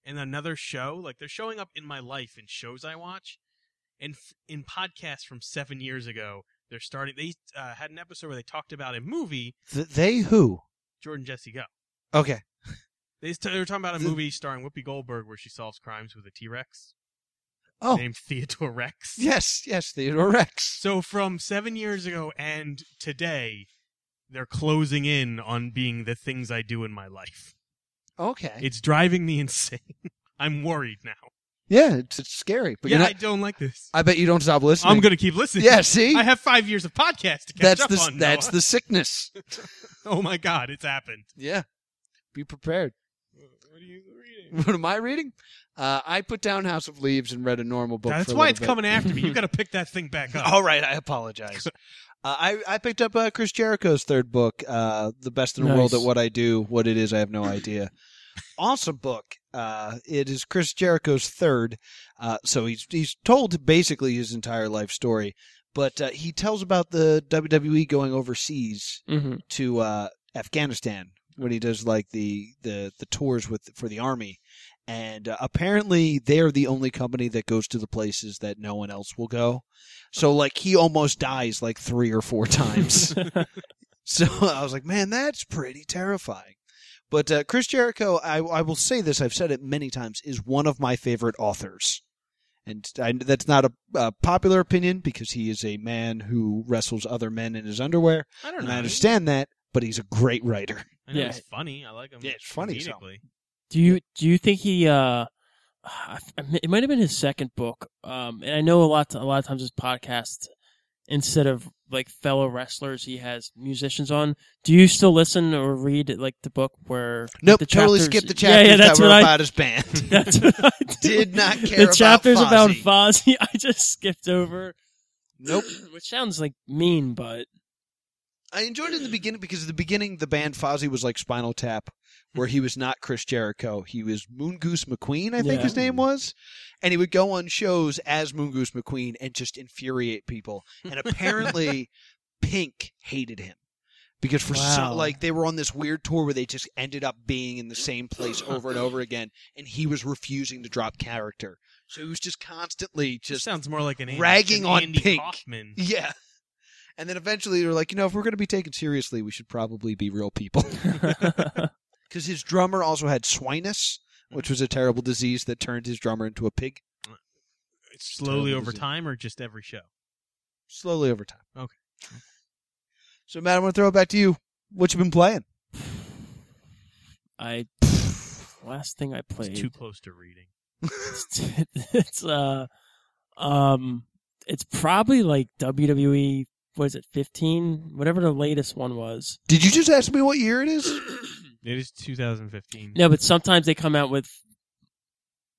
and another show. Like they're showing up in my life in shows I watch. And f- in podcasts from seven years ago, they're starting. They uh, had an episode where they talked about a movie,
Th- they who?
Jordan Jesse Go.
Okay.
They, s- they were talking about a
Th-
movie starring Whoopi Goldberg where she solves crimes with a T Rex
Oh,
named Theodore Rex.
yes, yes. Theodore Rex.
So from seven years ago and today, they're closing in on being the things I do in my life.
Okay.
It's driving me <laughs> insane. I'm worried now.
yeah, it's, it's scary. But
yeah,
you're
I
not,
don't like this.
I, bet you don't stop listening.
I'm going to keep listening.
<laughs> Yeah, see?
I have five years of podcasts to catch
<laughs> that's
up
the
on.
that's
Noah. <laughs>
the sickness.
Oh my God, it's happened.
Yeah. Be prepared. <laughs>
What are you reading?
What am I reading? Uh, I put down House of Leaves and read a normal book.
That's
for a
why
little
it's
bit.
coming
<laughs>
after me. You got to pick that thing back up.
All right, I apologize. Uh, I, I picked up uh, Chris Jericho's third book, uh, The Best in the
Nice.
World at What I Do, What It Is, I Have No Idea. awesome book. Uh, it is Chris Jericho's third, uh, so he's he's told basically his entire life story, but uh, he tells about the WWE going overseas
Mm-hmm.
to uh, Afghanistan when he does like the the the tours with for the army, and uh, apparently they're the only company that goes to the places that no one else will go. So like he almost dies like three or
<laughs>
four times. So I was like, man, that's pretty terrifying. But uh, Chris Jericho, I, I will say this, I've said it many times, is one of my favorite authors. And I, that's not a, a popular opinion because he is a man who wrestles other men in his underwear.
I don't
And
know.
I understand that, but he's a great writer.
I know
Yeah.
he's funny. I like him.
Yeah, it's funny, so.
comedically.
Do you do you think he? uh I- It might have been his second book. Um, and I know a lot. A lot of times his podcast, instead of like fellow wrestlers, he has musicians on. Do you still listen or read like the book
<laughs>
where? <laughs>
Nope,
the
totally
chapters-
skipped the chapters
Yeah, yeah, that's
that were
what I-
about
<laughs>
his band.
That's what I
Did
do.
not care
The
about
chapters about
Fozzy.
Fozzy, <laughs> I just skipped over.
nope.
<clears throat> which sounds like mean,
<laughs>
but <laughs>
I enjoyed it in the beginning because at the beginning the band Fozzy was like Spinal Tap, where he was not Chris Jericho. He was Moongoose McQueen, I think
Yeah.
his name was. And he would go on shows as Moongoose McQueen and just infuriate people. And
<laughs>
apparently Pink hated him. Because for
Wow.
some like they were on this weird tour where they just ended up being in the same place over and over again and he was refusing to drop character. So he was just constantly
Just
just
sounds more like an Andy-
ragging
an
on
Andy
Pink. <laughs>
Kaufman.
yeah. And then eventually they were like, you know, if we're going to be taken seriously, we should probably be real people. <laughs> Because his drummer also had swinus, which was a terrible disease that turned his drummer into a pig
Slowly
Terrible
over
disease.
time, or just every show.
slowly over time.
Okay.
So, Matt, I'm going to throw it back to you. What you been playing?
I last thing I played.
It's too close to reading.
<laughs> it's uh um it's probably like WWE what is it 15 whatever the latest one was.
Did you just ask me what year it is?
It is 2015.
No, but sometimes they come out with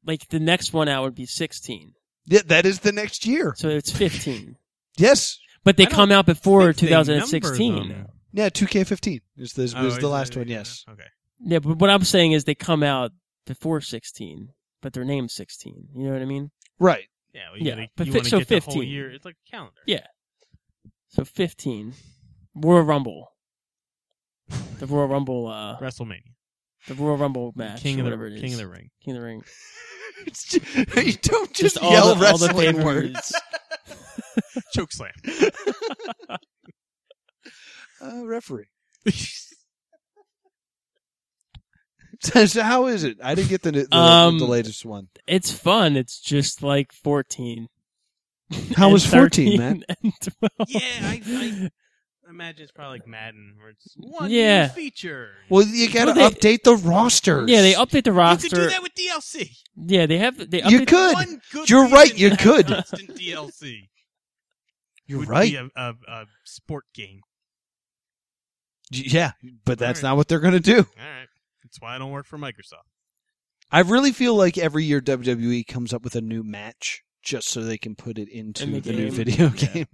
like the next one out would be 16.
yeah, that is the next year.
So it's 15.
Yes.
but they
I don't
come out before
think they number
2016.
them.
Yeah, 2K15 is the,
Oh,
is
is
the
it-
last one,
yeah,
yes.
Okay.
Yeah, but what I'm saying is they come out before 16, but they're named 16. You know what I mean?
Right.
Yeah, well, you
Yeah,
gotta,
but
you
fi-
wanna
so
get the whole
15.
year. It's like a calendar.
Yeah. So 15. Royal Rumble. The Royal Rumble uh
WrestleMania.
the Royal Rumble match
King
or
of the
whatever it is.
King of the Ring.
King of the Ring.
<laughs> It's ju- <laughs> you don't just,
all
yell
the- all the
wrestling
pay-per-views.
words.
<laughs>
Choke slam. <laughs>
<laughs> Uh, referee. So, so how is it? I didn't get the the,
Um,
the latest one.
It's fun. It's just like 14.
How
and
was
13
14, man?
<laughs> and 12.
yeah, I, I imagine it's probably like Madden, where it's one
Yeah.
new feature.
Well, you got to
Well, they-
update the
<laughs>
rosters.
Yeah, they update the
you
roster.
could do that with DLC.
Yeah, they have they update
You could.
One good
You're right,
reason to
you <laughs>
have
could.
Constant DLC.
You're
would
right.
Be a, a, a sport game.
Yeah, but that's
Right.
not what they're going to do.
All right. That's why I don't work for Microsoft.
I really feel like every year WWE comes up with a new match just so they can put it into
In
the,
the
new
game.
video
Yeah.
game.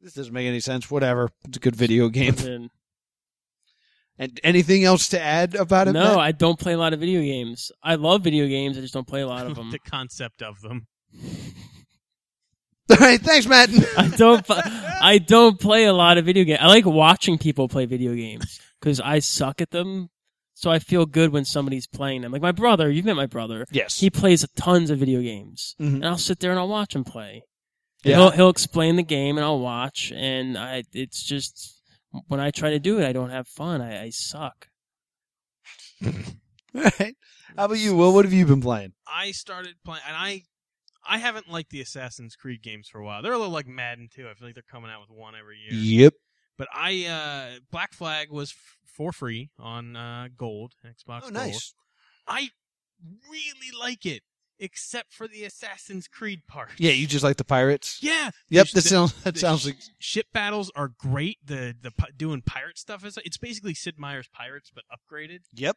This doesn't make any sense. Whatever. It's a good video game.
and
<laughs>
then-
And anything else to add about it?
No,
Matt?
I don't play a lot of video games. I love video games. I just don't play a
<laughs>
lot of them.
the concept of them.
<laughs> All right. Thanks, Matt.
I don't. pl- I don't play a lot of video games. I like watching people play video games because I suck at them. So I feel good when somebody's playing them. Like my brother, you've met my brother.
yes.
He plays tons of video games,
Mhm.
and I'll sit there and I'll watch him play. And
Yeah.
He'll he'll explain the game, and I'll watch. And I, it's just when I try to do it, I don't have fun. I, I suck. <laughs>
All right. How about you? Will? what have you been playing?
I started playing, and I, I haven't liked the Assassin's Creed games for a while. They're a little like Madden too. I feel like they're coming out with one every year.
Yep.
But I, uh, Black Flag was f- for free on uh, Gold Xbox.
Oh,
Gold.
nice.
I really like it, except for the Assassin's Creed part.
Yeah, you just like the pirates.
Yeah.
Yep,
the,
that sounds that
the-
sounds like
ship battles are great. The the pi- doing pirate stuff is it's basically Sid Meier's Pirates but upgraded.
Yep.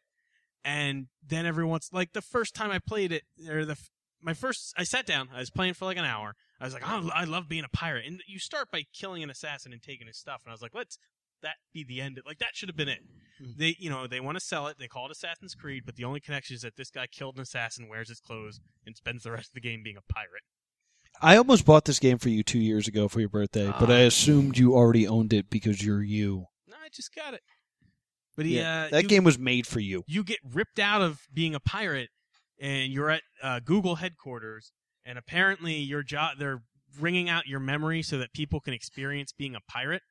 And then every once like the first time I played it or the f- my first I sat down I was playing for like an hour. I was like oh, I love being a pirate and you start by killing an assassin and taking his stuff and I was like let's that be the end. Like that should have been it.
Hmm.
They, you know, they want to sell it. They call it Assassin's Creed, but the only connection is that this guy killed an assassin, wears his clothes, and spends the rest of the game being a pirate.
I almost bought this game for you two years ago for your birthday, but
Ah.
I assumed you already owned it because you're you.
No, I just got it. But he, uh,
that
you-
game was made for you.
you get ripped out of being a pirate and you're at uh, Google headquarters and apparently your job they're wringing out your memory so that people can experience being a pirate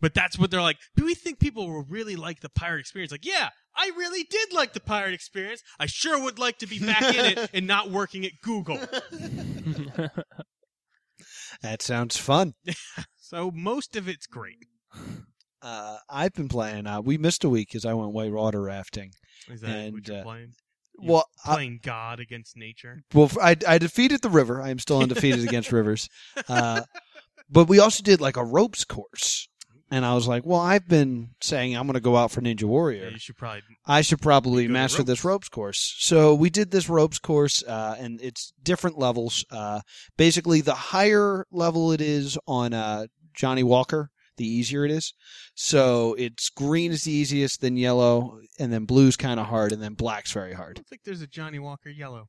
but that's what they're like do we think people will really like the pirate experience like yeah i really did like the pirate experience i sure would like to be back in it and not working at
<laughs>
google
That sounds fun.
so most of it's great
Uh, I've been playing. Uh, we missed a week because I went white water rafting.
is that
And,
what you're
uh,
playing You
Well, I,
playing god against nature
well, I, I defeated the river. I am still undefeated
<laughs>
against rivers. Uh, but we also did like a ropes course, and I was like, well, I've been saying I'm going to go out for Ninja Warrior.
yeah, you should probably
I should probably
You go to
master
ropes.
this ropes course. So we did this ropes course, uh, and it's different levels. Uh, basically, the higher level it is on uh, Johnny Walker, the easier it is. So it's green is the easiest, then yellow, and then blue's kind of hard, and then black's very
i
hard. <laughs>
don't think there's a johnny walker yellow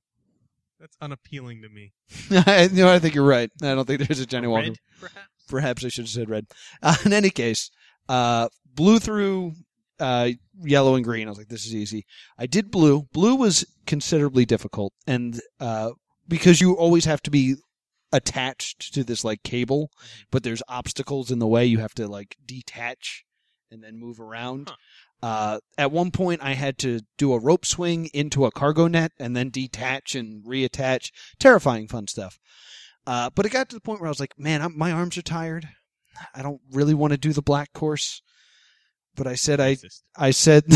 that's unappealing to me
I, no, I think you're right. I don't think there's a Johnny Walker.
Red, perhaps?
Perhaps I should have said red. Uh, <laughs> in any case, uh, blue through uh, yellow and green. I was like, this is easy. I did blue. Blue was considerably difficult, and uh, because you always have to be attached to this like cable, but there's obstacles in the way. You have to like detach and then move around.
Huh.
Uh, at one point, I had to do a rope swing into a cargo net and then detach and reattach. Terrifying fun stuff. Uh, but it got to the point where I was like, man, I'm, my arms are tired. I don't really want to do the black course. But I said I,
Racist.
I said <laughs>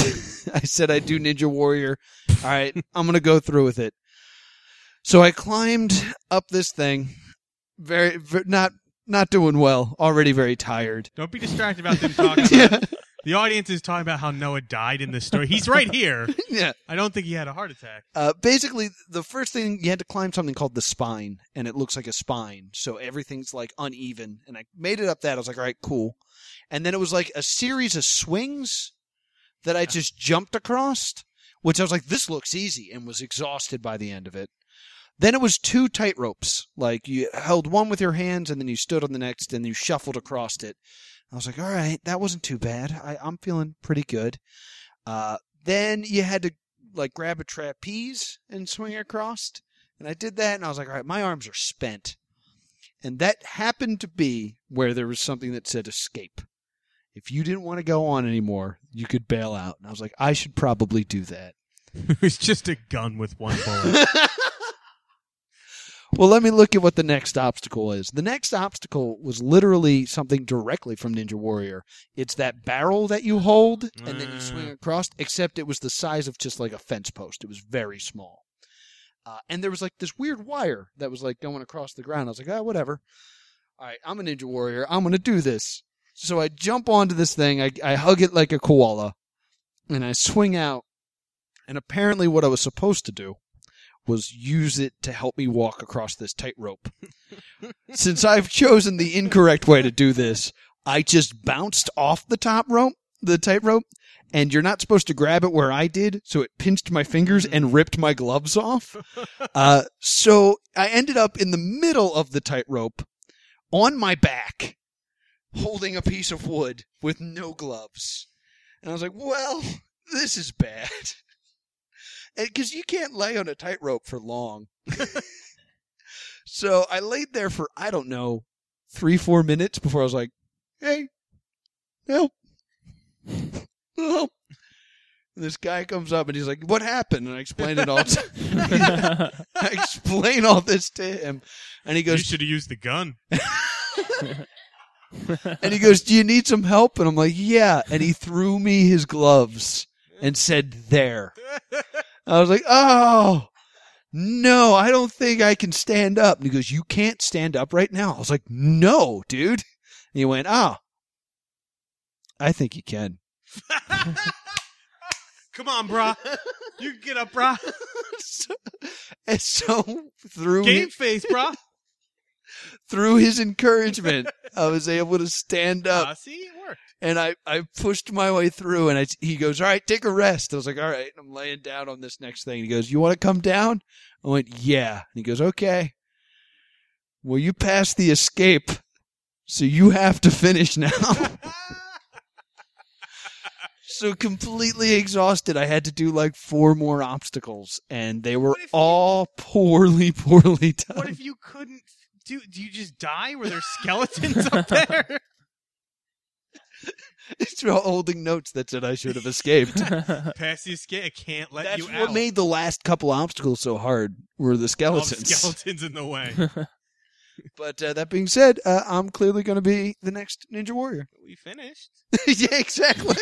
I said I do Ninja Warrior. All right, I'm gonna go through with it. So I climbed up this thing, very, ver not not doing well. Already very tired. <laughs>
Don't be distracted about them <laughs> talking. about,
yeah,
The audience is talking about how Noah died in this story. He's right here.
yeah.
I don't think he had a heart attack.
Uh, basically, the first thing you had to climb something called the spine, and it looks like a spine, so everything's like uneven. And I made it up that I was like, all right, cool. And then it was like a series of swings that I just jumped across, which I was like, this looks easy, and was exhausted by the end of it. Then it was two tight ropes, like you held one with your hands, and then you stood on the next, and you shuffled across it. I was like, all right, that wasn't too bad. I, I'm feeling pretty good. Uh, then you had to like grab a trapeze and swing across. And I did that and I was like, all right, my arms are spent. And that happened to be where there was something that said escape. If you didn't want to go on anymore, you could bail out. And I was like, I should probably do that.
<laughs> It was just a gun with one <laughs> bullet.
well, let me look at what the next obstacle is. The next obstacle was literally something directly from Ninja Warrior. It's that barrel that you hold and then you swing
Mm.
across, except it was the size of just like a fence post. It was very small. Uh, and there was like this weird wire that was like going across the ground. I was like, ah, whatever. All right, I'm a Ninja Warrior. I'm going to do this. So I jump onto this thing. I, I hug it like a koala and I swing out. And apparently, what I was supposed to do was use it to help me walk across this tightrope. Since I've chosen the incorrect way to do this, I just bounced off the top rope, the tightrope, and you're not supposed to grab it where I did, so it pinched my fingers and ripped my gloves off. Uh, so I ended up in the middle of the tightrope on my back, holding a piece of wood with no gloves. And I was like, well, this is bad. Because you can't lay on a tightrope for long. <laughs> so I laid there for, I don't know, three, four minutes before I was like, hey, help. <laughs> help. And this guy comes up and he's like, what happened? And I explained it all. To, <laughs> I <laughs> explain all this to him. And he
you
goes,
should have used the gun.
And he goes, "Do you need some help?" And I'm like, "Yeah." And he threw me his gloves and said, "There." I was like, "Oh, no, I don't think I can stand up." And he goes, "You can't stand up right now." I was like, "No, dude." And he went, "Ah, I think you can." <laughs>
Come on, brah. You can get up, brah.
So- and so through
<laughs> Game face, brah.
through his encouragement, I was able to stand up
Ah, see, it worked.
and I, I pushed my way through and I, he goes, all right, take a rest. I was like, all right, I'm laying down on this next thing. He goes, you want to come down? I went, yeah. And he goes, okay. Well, you passed the escape. So you have to finish now. <laughs>
Ah,
so completely exhausted. I had to do like four more obstacles and they were
What if you-
all poorly, <laughs> poorly done. <laughs>
What if you couldn't do? Do you just die? Were there skeletons <laughs> up there?
It's holding notes that said I should have
<laughs>
escaped.
Pass the escape. I can't let
That's
you
what
out.
made the last couple obstacles so hard were the
All the
skeletons.
skeletons in the <laughs> way.
But uh, that being said, uh, I'm clearly going to be the next Ninja
<laughs>
Warrior.
we finished.
yeah, exactly. <laughs>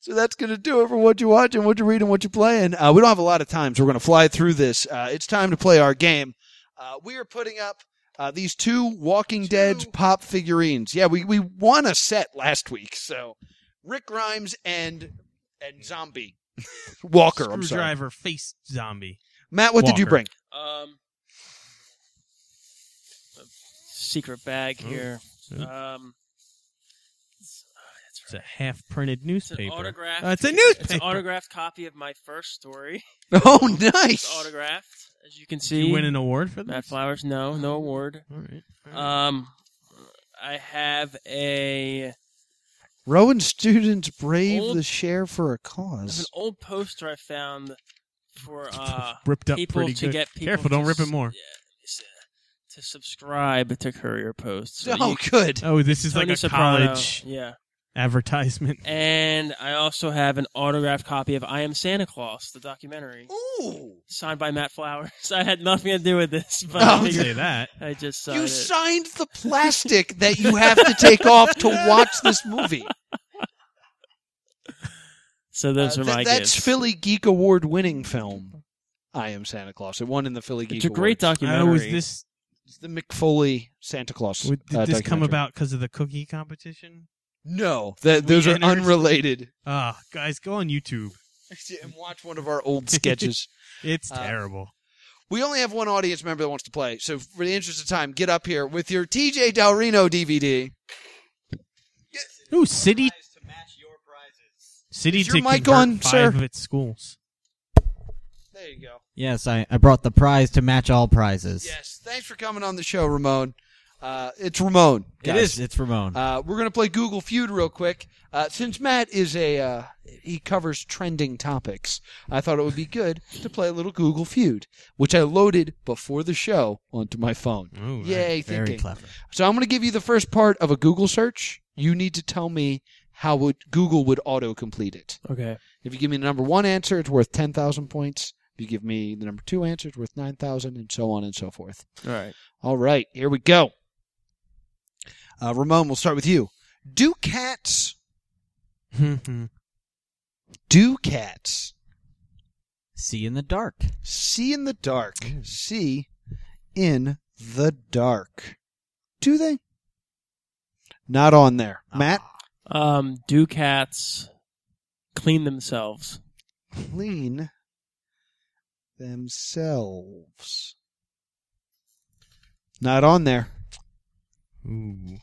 so that's going to do it for what you watch and what you read and what you play. And uh, we don't have a lot of time, so we're going to fly through this. Uh, it's time to play our game. Uh, we are putting up uh, these two Walking
Two.
Dead pop figurines. Yeah, we, we won a set last week. So Rick Grimes and and Zombie <laughs> Walker. I'm sorry.
Screwdriver face zombie.
Matt, what did you
Walker.
bring?
Um, a secret bag
Oh.
here.
Oh.
Um, uh,
It's a half printed
it's an
newspaper.
autograph.
Uh, it's a newspaper.
It's an autographed copy of my first story.
Oh, nice.
It's autographed, as you can
Did
see.
you win an award for that?
Matt Flowers, no, no award.
Oh. All right.
Um, I have a
Rowan students brave
Old-
the share for a
there's
cause.
an old poster I found for
<laughs>
uh
Ripped up
people
pretty
to
good.
get people.
Careful,
to
don't rip it
s-
more.
yeah, s- to subscribe to Courier Post. So
oh,
you-
good.
Oh, this is
Tony
like a
Soprano,
college
Yeah. <laughs>
advertisement.
And I also have an autographed copy of I Am Santa Claus, the documentary,
Ooh,
signed by Matt Flowers. <laughs> I had nothing to do with
<laughs>
this, but
Oh,
I,
Don't
figured-
say that.
I just signed
you
it.
signed the plastic that you have to take off to watch this movie.
so those
Uh,
are
th-
my
that's
gifts.
Philly Geek Award winning film. I am Santa Claus. It won in the Philly Geek.
It's a great
Awards.
Oh,
documentary.
was this
It's the McFoley Santa Claus.
did
uh,
this come
documentary.
about because of the cookie competition?
No, th- those are
entered-
unrelated.
Ah, guys, go on YouTube.
and watch one of our <laughs> old sketches.
It's
Uh,
terrible.
We only have one audience member that wants to play. So, for the interest of time, get up here with your TJ Del Reno DVD.
Ooh, city city
Is your
to
mic
convert
on,
five
sir?
of its schools.
There you go.
Yes, I, I brought the prize to match all prizes.
Yes. Thanks for coming on the show, Ramon. Uh, it's Ramon.
it
guys.
is. It's Ramon.
Uh, we're going to play Google Feud real quick. Uh, since Matt is a, uh, he covers trending topics, I thought it would be good to play a little Google Feud, which I loaded before the show onto my phone.
Ooh, <laughs>
Yay,
Very
thinking.
clever.
So I'm going to give you the first part of a Google search. You need to tell me how would Google would auto complete it.
okay.
If you give me the number one answer, it's worth 10,000 points. If you give me the number two answer, it's worth 9,000, and so on and so forth.
All right.
All right, here we go. Uh, Ramon, we'll start with you. Do cats,
right.
do cats
See you in the dark.
see in the dark? See in the dark. Do they? Not on there. Matt,
Um, do cats clean themselves?
clean themselves. Not on there.
Ooh.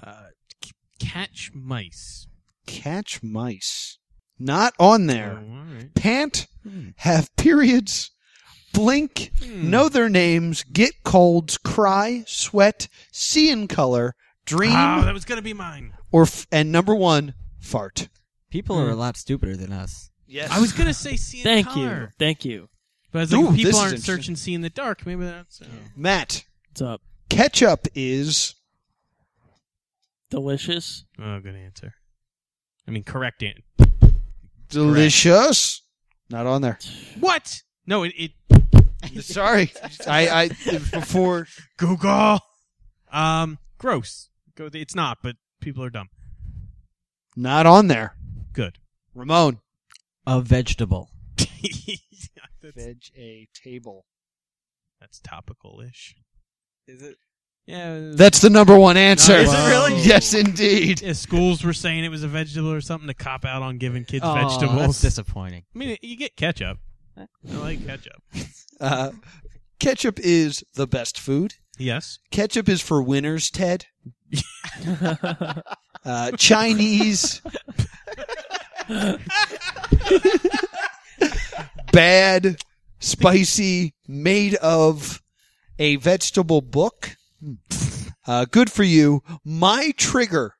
Uh, c- catch mice.
Catch mice. Not on there.
Oh, all right.
Pant, have periods, blink,
Hmm.
know their names, get colds, cry, sweat, see in color, dream,
Ah, that was gonna be mine.
or f- and number one, fart.
People are a lot stupider than us.
Yes,
I was gonna say see in
Thank you.
color.
Thank you.
But I was
Ooh,
like, if
this is
people aren't
interesting.
searching see in the dark. Maybe that's. Uh,
Matt.
What's up?
Ketchup is <laughs>
Delicious. <laughs>
Oh, good answer. I mean, correct answer.
delicious. Not on there.
What? No, it, it
Sorry, I, I before
Google. Um, gross. Go. It's not, but people are dumb.
not on there.
Good. <laughs>
Ramon,
A vegetable.
that's,
veg a table.
that's topical-ish. Is it? Yeah.
That's the number one answer.
is it really?
Yes, indeed.
If schools were saying it was a vegetable or something to cop out on giving kids
Oh,
vegetables.
That's disappointing.
I mean, you get ketchup. I like ketchup.
Uh, Ketchup is the best food.
Yes.
Ketchup is for winners, Ted. Uh, Chinese. bad, spicy, made of a vegetable book. Uh, good for you. My trigger.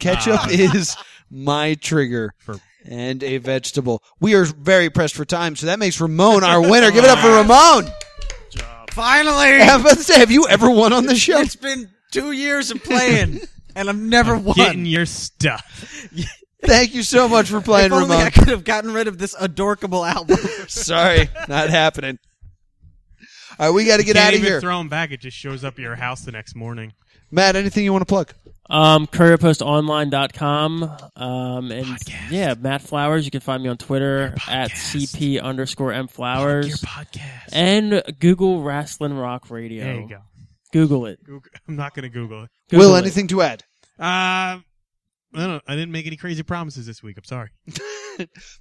Ketchup
Ah.
is my trigger.
For-
And a vegetable. We are very pressed for time, so that makes Ramon our winner. Give it up for Ramon.
Finally,
Have, have you ever won on the show?
it's been two years of <laughs> playing, and I've never won.
Getting your stuff.
Thank you so much for playing,
if only
Ramon.
I <laughs> could have gotten rid of this adorkable album.
Sorry, not happening. All right, we got to get
Can't
out of
even
here.
Throw him back. It just shows up at your house the next morning.
Matt, anything you want to plug?
Um, courierpostonline.com. Um, and yeah, Matt Flowers. You can find me on Twitter at CP underscore M
Your
Flowers.
podcast.
And Google Wrestling Rock Radio.
there you go.
Google it.
Goog- I'm not going to Google <laughs> it.
Google
Will,
it.
anything to add?
Uh, I don't. I didn't make any crazy promises this week. I'm sorry.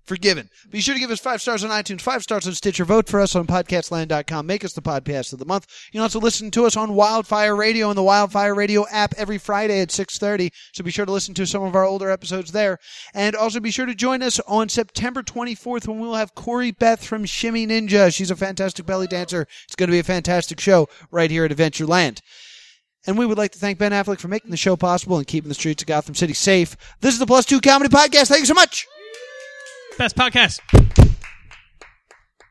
Forgiven. Be sure to give us five stars on iTunes, five stars on Stitcher, vote for us on podcastland.com, make us the podcast of the month. You can also listen to us on Wildfire Radio and the Wildfire Radio app every Friday at 6.30, so be sure to listen to some of our older episodes there. And also be sure to join us on September 24th when we'll have Corey Beth from Shimmy Ninja. She's a fantastic belly dancer. It's going to be a fantastic show right here at Adventureland. And we would like to thank Ben Affleck for making the show possible and keeping the streets of Gotham City safe. This is the Plus Two Comedy Podcast. Thank you so much.
Best podcast.